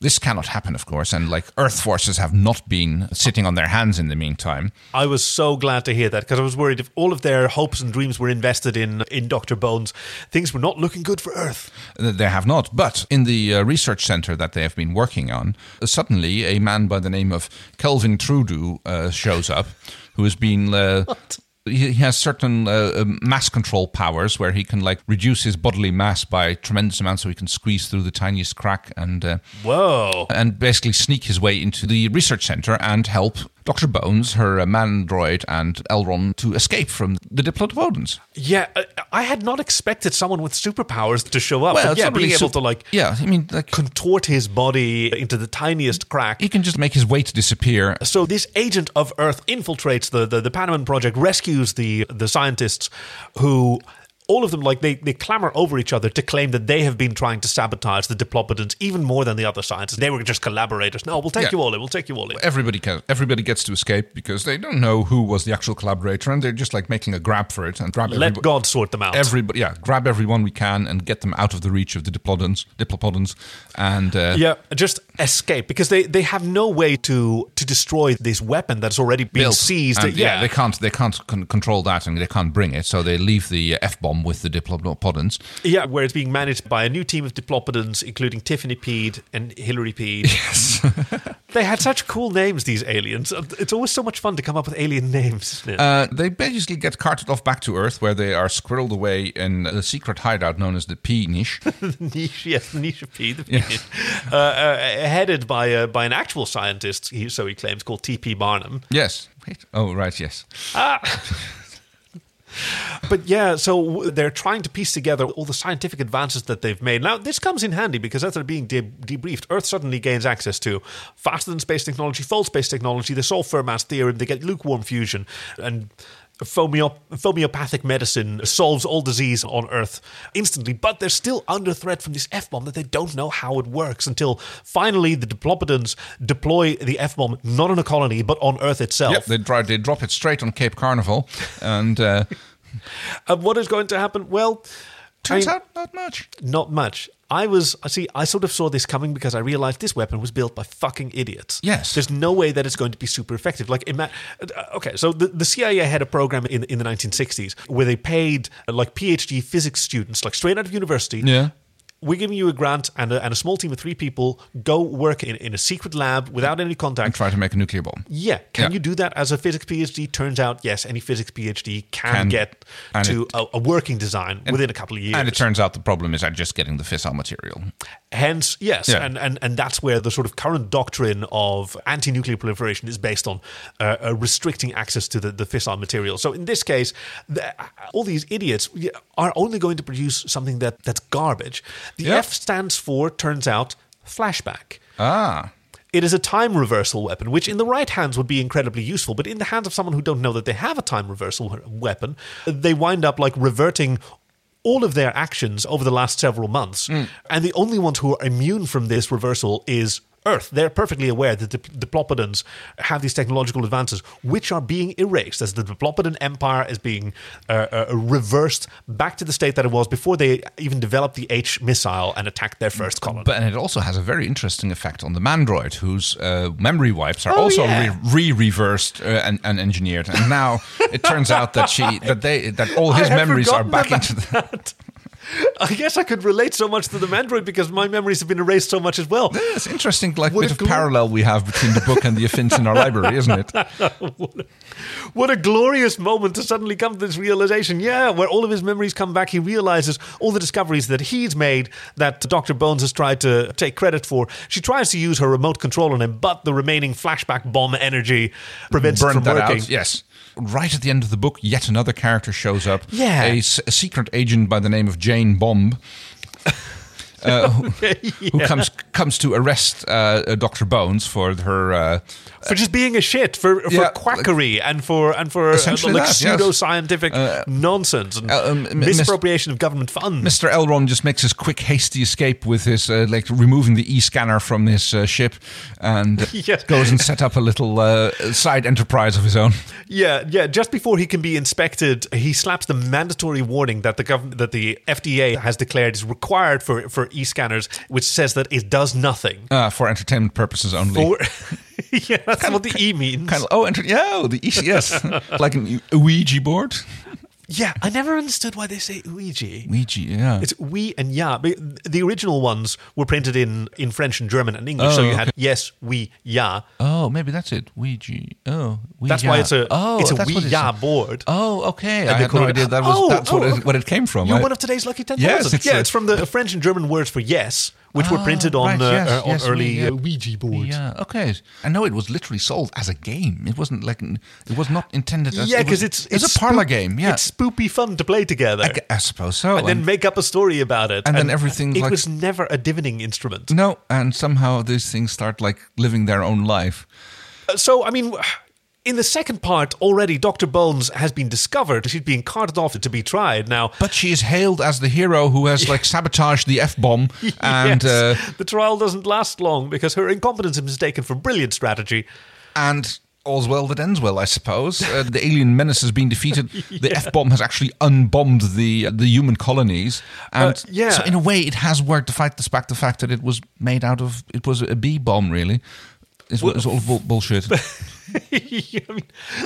Speaker 2: This cannot happen, of course, and like Earth forces have not been sitting on their hands in the meantime.
Speaker 1: I was so glad to hear that because I was worried if all of their hopes and dreams were invested in in Doctor Bones, things were not looking good for Earth.
Speaker 2: Th- They have not. But in the uh, research center that they have been working on, uh, suddenly a man by the name of Kelvin Trudeau uh, shows up, who has been. Uh, He he has certain uh, um, mass control powers where he can like reduce his bodily mass by tremendous amounts, so he can squeeze through the tiniest crack and uh,
Speaker 1: Whoa!
Speaker 2: and basically sneak his way into the research center and help Doctor Bones, her uh, man droid, and Elron to escape from the Diplododons.
Speaker 1: Yeah, I, I had not expected someone with superpowers to show up.
Speaker 2: Well,
Speaker 1: But
Speaker 2: it's
Speaker 1: yeah,
Speaker 2: not really
Speaker 1: being able
Speaker 2: sup-
Speaker 1: to like
Speaker 2: Yeah, I mean, like
Speaker 1: contort his body into the tiniest crack.
Speaker 2: he can just make his weight disappear
Speaker 1: So this agent of Earth infiltrates the the, the Panaman project, rescues the the scientists who. all of them like they, they clamor over each other to claim that they have been trying to sabotage the diplopidans even more than the other scientists. They were just collaborators. No, we'll take
Speaker 2: Yeah.
Speaker 1: you all in. We'll take you all in.
Speaker 2: Everybody can, everybody gets to escape because they don't know who was the actual collaborator, and they're just like making a grab for it and grab
Speaker 1: Let
Speaker 2: everybo-
Speaker 1: God sort them out.
Speaker 2: Everybody, yeah, grab everyone we can and get them out of the reach of the diplodons, diplopodons, and uh,
Speaker 1: yeah, just escape because they, they have no way to to destroy this weapon that's already been
Speaker 2: built.
Speaker 1: seized.
Speaker 2: And, yeah. they can't, they can't con- control that, and they can't bring it, so they leave the f bomb with the diplopodons.
Speaker 1: Yeah, where it's being managed by a new team of diplopidans, including Tiffany Peed and Hillary Peed. Yes. they had such cool names, these aliens. Uh, It's always so much fun to come up with alien names. isn't it?
Speaker 2: Uh, they basically get carted off back to Earth, where they are squirreled away in a secret hideout known as the P niche.
Speaker 1: niche, yes, the niche of P, the P. Uh, uh, headed by uh, by an actual scientist, he, so he claims, called T.P. Barnum.
Speaker 2: yes. Wait. Oh, right. Yes.
Speaker 1: But yeah, so w- they're trying to piece together all the scientific advances that they've made. Now, this comes in handy because as they're being de- debriefed, Earth suddenly gains access to faster than space technology, fold space technology, they solve Fermat's theorem, they get lukewarm fusion, and phomeo- homeopathic medicine solves all disease on Earth instantly. But they're still under threat from this F bomb that they don't know how it works until finally the diplopidans deploy the F bomb not on a colony, but on Earth itself.
Speaker 2: Yep. They, dri- they drop it straight on Cape Carnival, and uh,
Speaker 1: And what is going to happen? Well,
Speaker 2: turns
Speaker 1: I-
Speaker 2: out not much.
Speaker 1: not much. I was, I see, I sort of saw this coming because I realized this weapon was built by fucking idiots.
Speaker 2: Yes.
Speaker 1: There's no way that it's going to be super effective. Like, ima- uh, okay, so the, the CIA had a program in, in the 1960s where they paid uh, like PhD physics students, like straight out of university.
Speaker 2: Yeah.
Speaker 1: We're giving you a grant and a, and a small team of three people. Go work in, in a secret lab without any contact.
Speaker 2: Try to make a nuclear bomb.
Speaker 1: Yeah, can
Speaker 2: Yeah.
Speaker 1: you do that as a physics PhD? Turns out, yes, any physics PhD can,
Speaker 2: Can.
Speaker 1: get
Speaker 2: And
Speaker 1: to
Speaker 2: it-
Speaker 1: a, a working design within a couple of years.
Speaker 2: And it turns out the problem is I'm just getting the fissile material.
Speaker 1: Hence, yes,
Speaker 2: Yeah.
Speaker 1: and, and and that's where the sort of current doctrine of anti-nuclear proliferation is based on uh, uh, restricting access to the, the fissile material. So in this case, the, uh, all these idiots are only going to produce something that that's garbage. The
Speaker 2: Yeah.
Speaker 1: F stands for, turns out, flashback.
Speaker 2: Ah.
Speaker 1: It is a time reversal weapon, which in the right hands would be incredibly useful, but in the hands of someone who don't know that they have a time reversal we- weapon, they wind up like reverting all of their actions over the last several months. And the only ones who are immune from this reversal is Earth. They're perfectly aware that the Diplopodons have these technological advances, which are being erased as the Diplopodan Empire is being uh, uh, reversed back to the state that it was before they even developed the H missile and attacked their first colony.
Speaker 2: But and it also has a very interesting effect on the Mandroid, whose uh, memory wipes are
Speaker 1: Oh,
Speaker 2: also
Speaker 1: yeah.
Speaker 2: re reversed uh, and, and engineered. And now it turns out that she that they that all his
Speaker 1: I had
Speaker 2: memories are
Speaker 1: forgotten
Speaker 2: back
Speaker 1: about
Speaker 2: into the
Speaker 1: that. I guess I could relate so much to the Mandroid because my memories have been erased so much as well.
Speaker 2: It's interesting, like
Speaker 1: What
Speaker 2: bit
Speaker 1: a
Speaker 2: of
Speaker 1: glo-
Speaker 2: parallel we have between the book and the affins in our library, isn't it?
Speaker 1: What a glorious moment to suddenly come to this realization. Yeah, where all of his memories come back, he realizes all the discoveries that he's made that Dr. Bones has tried to take credit for. She tries to use her remote control on him, but the remaining flashback bomb energy prevents it
Speaker 2: Burned
Speaker 1: from
Speaker 2: that
Speaker 1: working.
Speaker 2: out. Yes. Right at the end of the book, yet another character shows up.
Speaker 1: Yeah.
Speaker 2: a, s- a secret agent by the name of Jane Bomb. uh, who, who comes comes to arrest uh, uh, Doctor Bones for her uh,
Speaker 1: For just being a shit, for, for
Speaker 2: Yeah, like-
Speaker 1: quackery and for and for uh,
Speaker 2: Essentially
Speaker 1: like
Speaker 2: that, yes.
Speaker 1: pseudo-scientific nonsense and
Speaker 2: uh, um, m- mis-
Speaker 1: misappropriation of government funds.
Speaker 2: Mr. Elron just makes his quick, hasty escape with his, uh, like, removing the e scanner from his uh, ship and
Speaker 1: Yes.
Speaker 2: goes and set up a little uh, side enterprise of his own.
Speaker 1: Yeah, yeah. Just before he can be inspected, he slaps the mandatory warning that the government, that the FDA has declared is required for for e scanners, which says that it does nothing.
Speaker 2: Uh, for entertainment purposes only.
Speaker 1: Or, yeah, that's what the e means.
Speaker 2: Kind of, oh, enter- yeah, oh, the e- yes, like an E-, Ouija board.
Speaker 1: yeah, I never understood why they say Ouija.
Speaker 2: Ouija, yeah.
Speaker 1: It's we and ya. But The original ones were printed in in French and German and English,
Speaker 2: Oh,
Speaker 1: so you
Speaker 2: okay.
Speaker 1: had yes, we, ya.
Speaker 2: oh, maybe that's it. Ouija. Oh, Ouija.
Speaker 1: That's why it's a
Speaker 2: oh,
Speaker 1: it's a
Speaker 2: that's
Speaker 1: we
Speaker 2: what
Speaker 1: ya board.
Speaker 2: Oh, okay.
Speaker 1: they
Speaker 2: I had
Speaker 1: call
Speaker 2: no
Speaker 1: it-
Speaker 2: idea that was
Speaker 1: Oh,
Speaker 2: that's
Speaker 1: oh,
Speaker 2: what it, what it came from.
Speaker 1: You're
Speaker 2: I-
Speaker 1: one of today's lucky 10,000.
Speaker 2: Yes, it's
Speaker 1: yeah,
Speaker 2: a-
Speaker 1: it's from the French and German words for yes, which were printed on
Speaker 2: right,
Speaker 1: uh,
Speaker 2: yes,
Speaker 1: uh, on
Speaker 2: yes, we-
Speaker 1: early
Speaker 2: yeah.
Speaker 1: uh, Ouija boards.
Speaker 2: Yeah. Okay. I know it was literally sold as a game. It wasn't like it was not intended. As,
Speaker 1: Yeah,
Speaker 2: it was-
Speaker 1: because it's,
Speaker 2: it's a
Speaker 1: spoop-
Speaker 2: parlor game. Yeah.
Speaker 1: it's spoopy fun to play together,
Speaker 2: I, gu- I suppose so.
Speaker 1: and then
Speaker 2: And-
Speaker 1: make up a story about it,
Speaker 2: and then everything's
Speaker 1: It
Speaker 2: like-
Speaker 1: was never a divining instrument.
Speaker 2: no, and somehow these things start like living their own life.
Speaker 1: Uh, So I mean. In the second part, already Dr. Bones has been discovered. She's being carted off to be tried. Now,
Speaker 2: But she is hailed as the hero who has like sabotaged the F bomb and uh,
Speaker 1: yes, the trial doesn't last long because her incompetence is mistaken for brilliant strategy.
Speaker 2: and all's well that ends well, I suppose. Uh, the alien menace has been defeated. The F bomb has actually unbombed the the human colonies, and
Speaker 1: Uh, yeah.
Speaker 2: so in a way, it has worked despite the fact the fact that it was made out of it was a B bomb, really. It's, it's all bull- bullshit.
Speaker 1: I mean,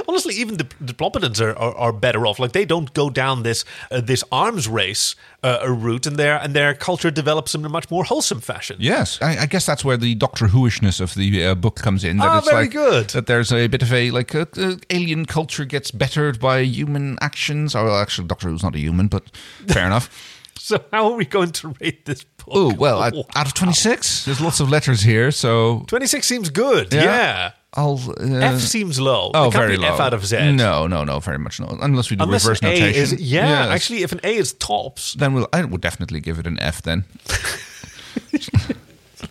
Speaker 1: honestly, even the, the Plompetons are, are, are better off. Like they don't go down this uh, this arms race uh, uh, route, and their and their culture develops in a much more wholesome fashion.
Speaker 2: Yes, I, I guess that's where the Doctor Whoishness of the uh, book comes in. That
Speaker 1: Ah,
Speaker 2: it's
Speaker 1: very
Speaker 2: like,
Speaker 1: good.
Speaker 2: That there's a bit of a like uh, uh, alien culture gets bettered by human actions. Or well, actually, Doctor Who's not a human, but fair enough.
Speaker 1: So how are we going to rate this book?
Speaker 2: Oh well, I,
Speaker 1: Wow.
Speaker 2: out of twenty six, there's lots of letters here, so
Speaker 1: 26 seems good. Yeah.
Speaker 2: I'll. Uh,
Speaker 1: F seems low.
Speaker 2: oh,
Speaker 1: it can't
Speaker 2: very
Speaker 1: be
Speaker 2: low.
Speaker 1: F out of Z.
Speaker 2: No, no, no, very much no. Unless we do
Speaker 1: Unless
Speaker 2: reverse
Speaker 1: an A
Speaker 2: notation.
Speaker 1: is yeah,
Speaker 2: Yes.
Speaker 1: actually if an A is tops.
Speaker 2: then we'll. I would definitely give it an F then.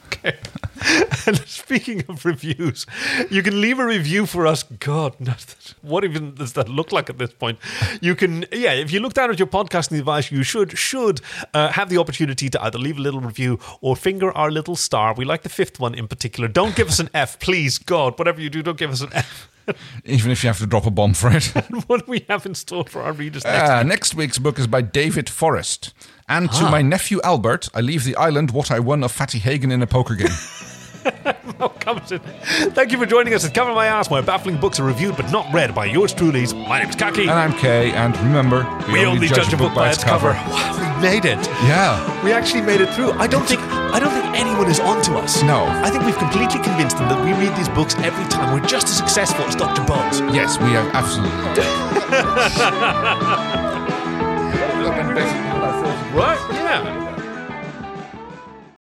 Speaker 1: Okay. and speaking of reviews, you can leave a review for us. God, nothing. What even does that look like at this point? You can, yeah. If you look down at your podcasting device, you should should uh, have the opportunity to either leave a little review or finger our little star. We like the fifth one in particular. Don't give us an F, please, God. Whatever you do, don't give us an F.
Speaker 2: Even if you have to drop a bomb for it.
Speaker 1: what do we have in store for our readers next?
Speaker 2: Ah, next week's book is by David Forrest. And
Speaker 1: Ah.
Speaker 2: to my nephew Albert, I leave the island what I won of Fatty Hagen in a poker game.
Speaker 1: Oh, comes in. Thank you for joining us at Cover My Ass, where baffling books are reviewed but not read by yours truly. My name's Kaki.
Speaker 2: and I'm Kay, and remember,
Speaker 1: we, only judge, a book by its cover. Wow, we made it.
Speaker 2: Yeah.
Speaker 1: We actually made it through. I don't think I don't think anyone is onto us.
Speaker 2: No.
Speaker 1: I think we've completely convinced them that we read these books every time. We're just as successful as Dr. Bones.
Speaker 2: Yes, we are absolutely.
Speaker 1: Right?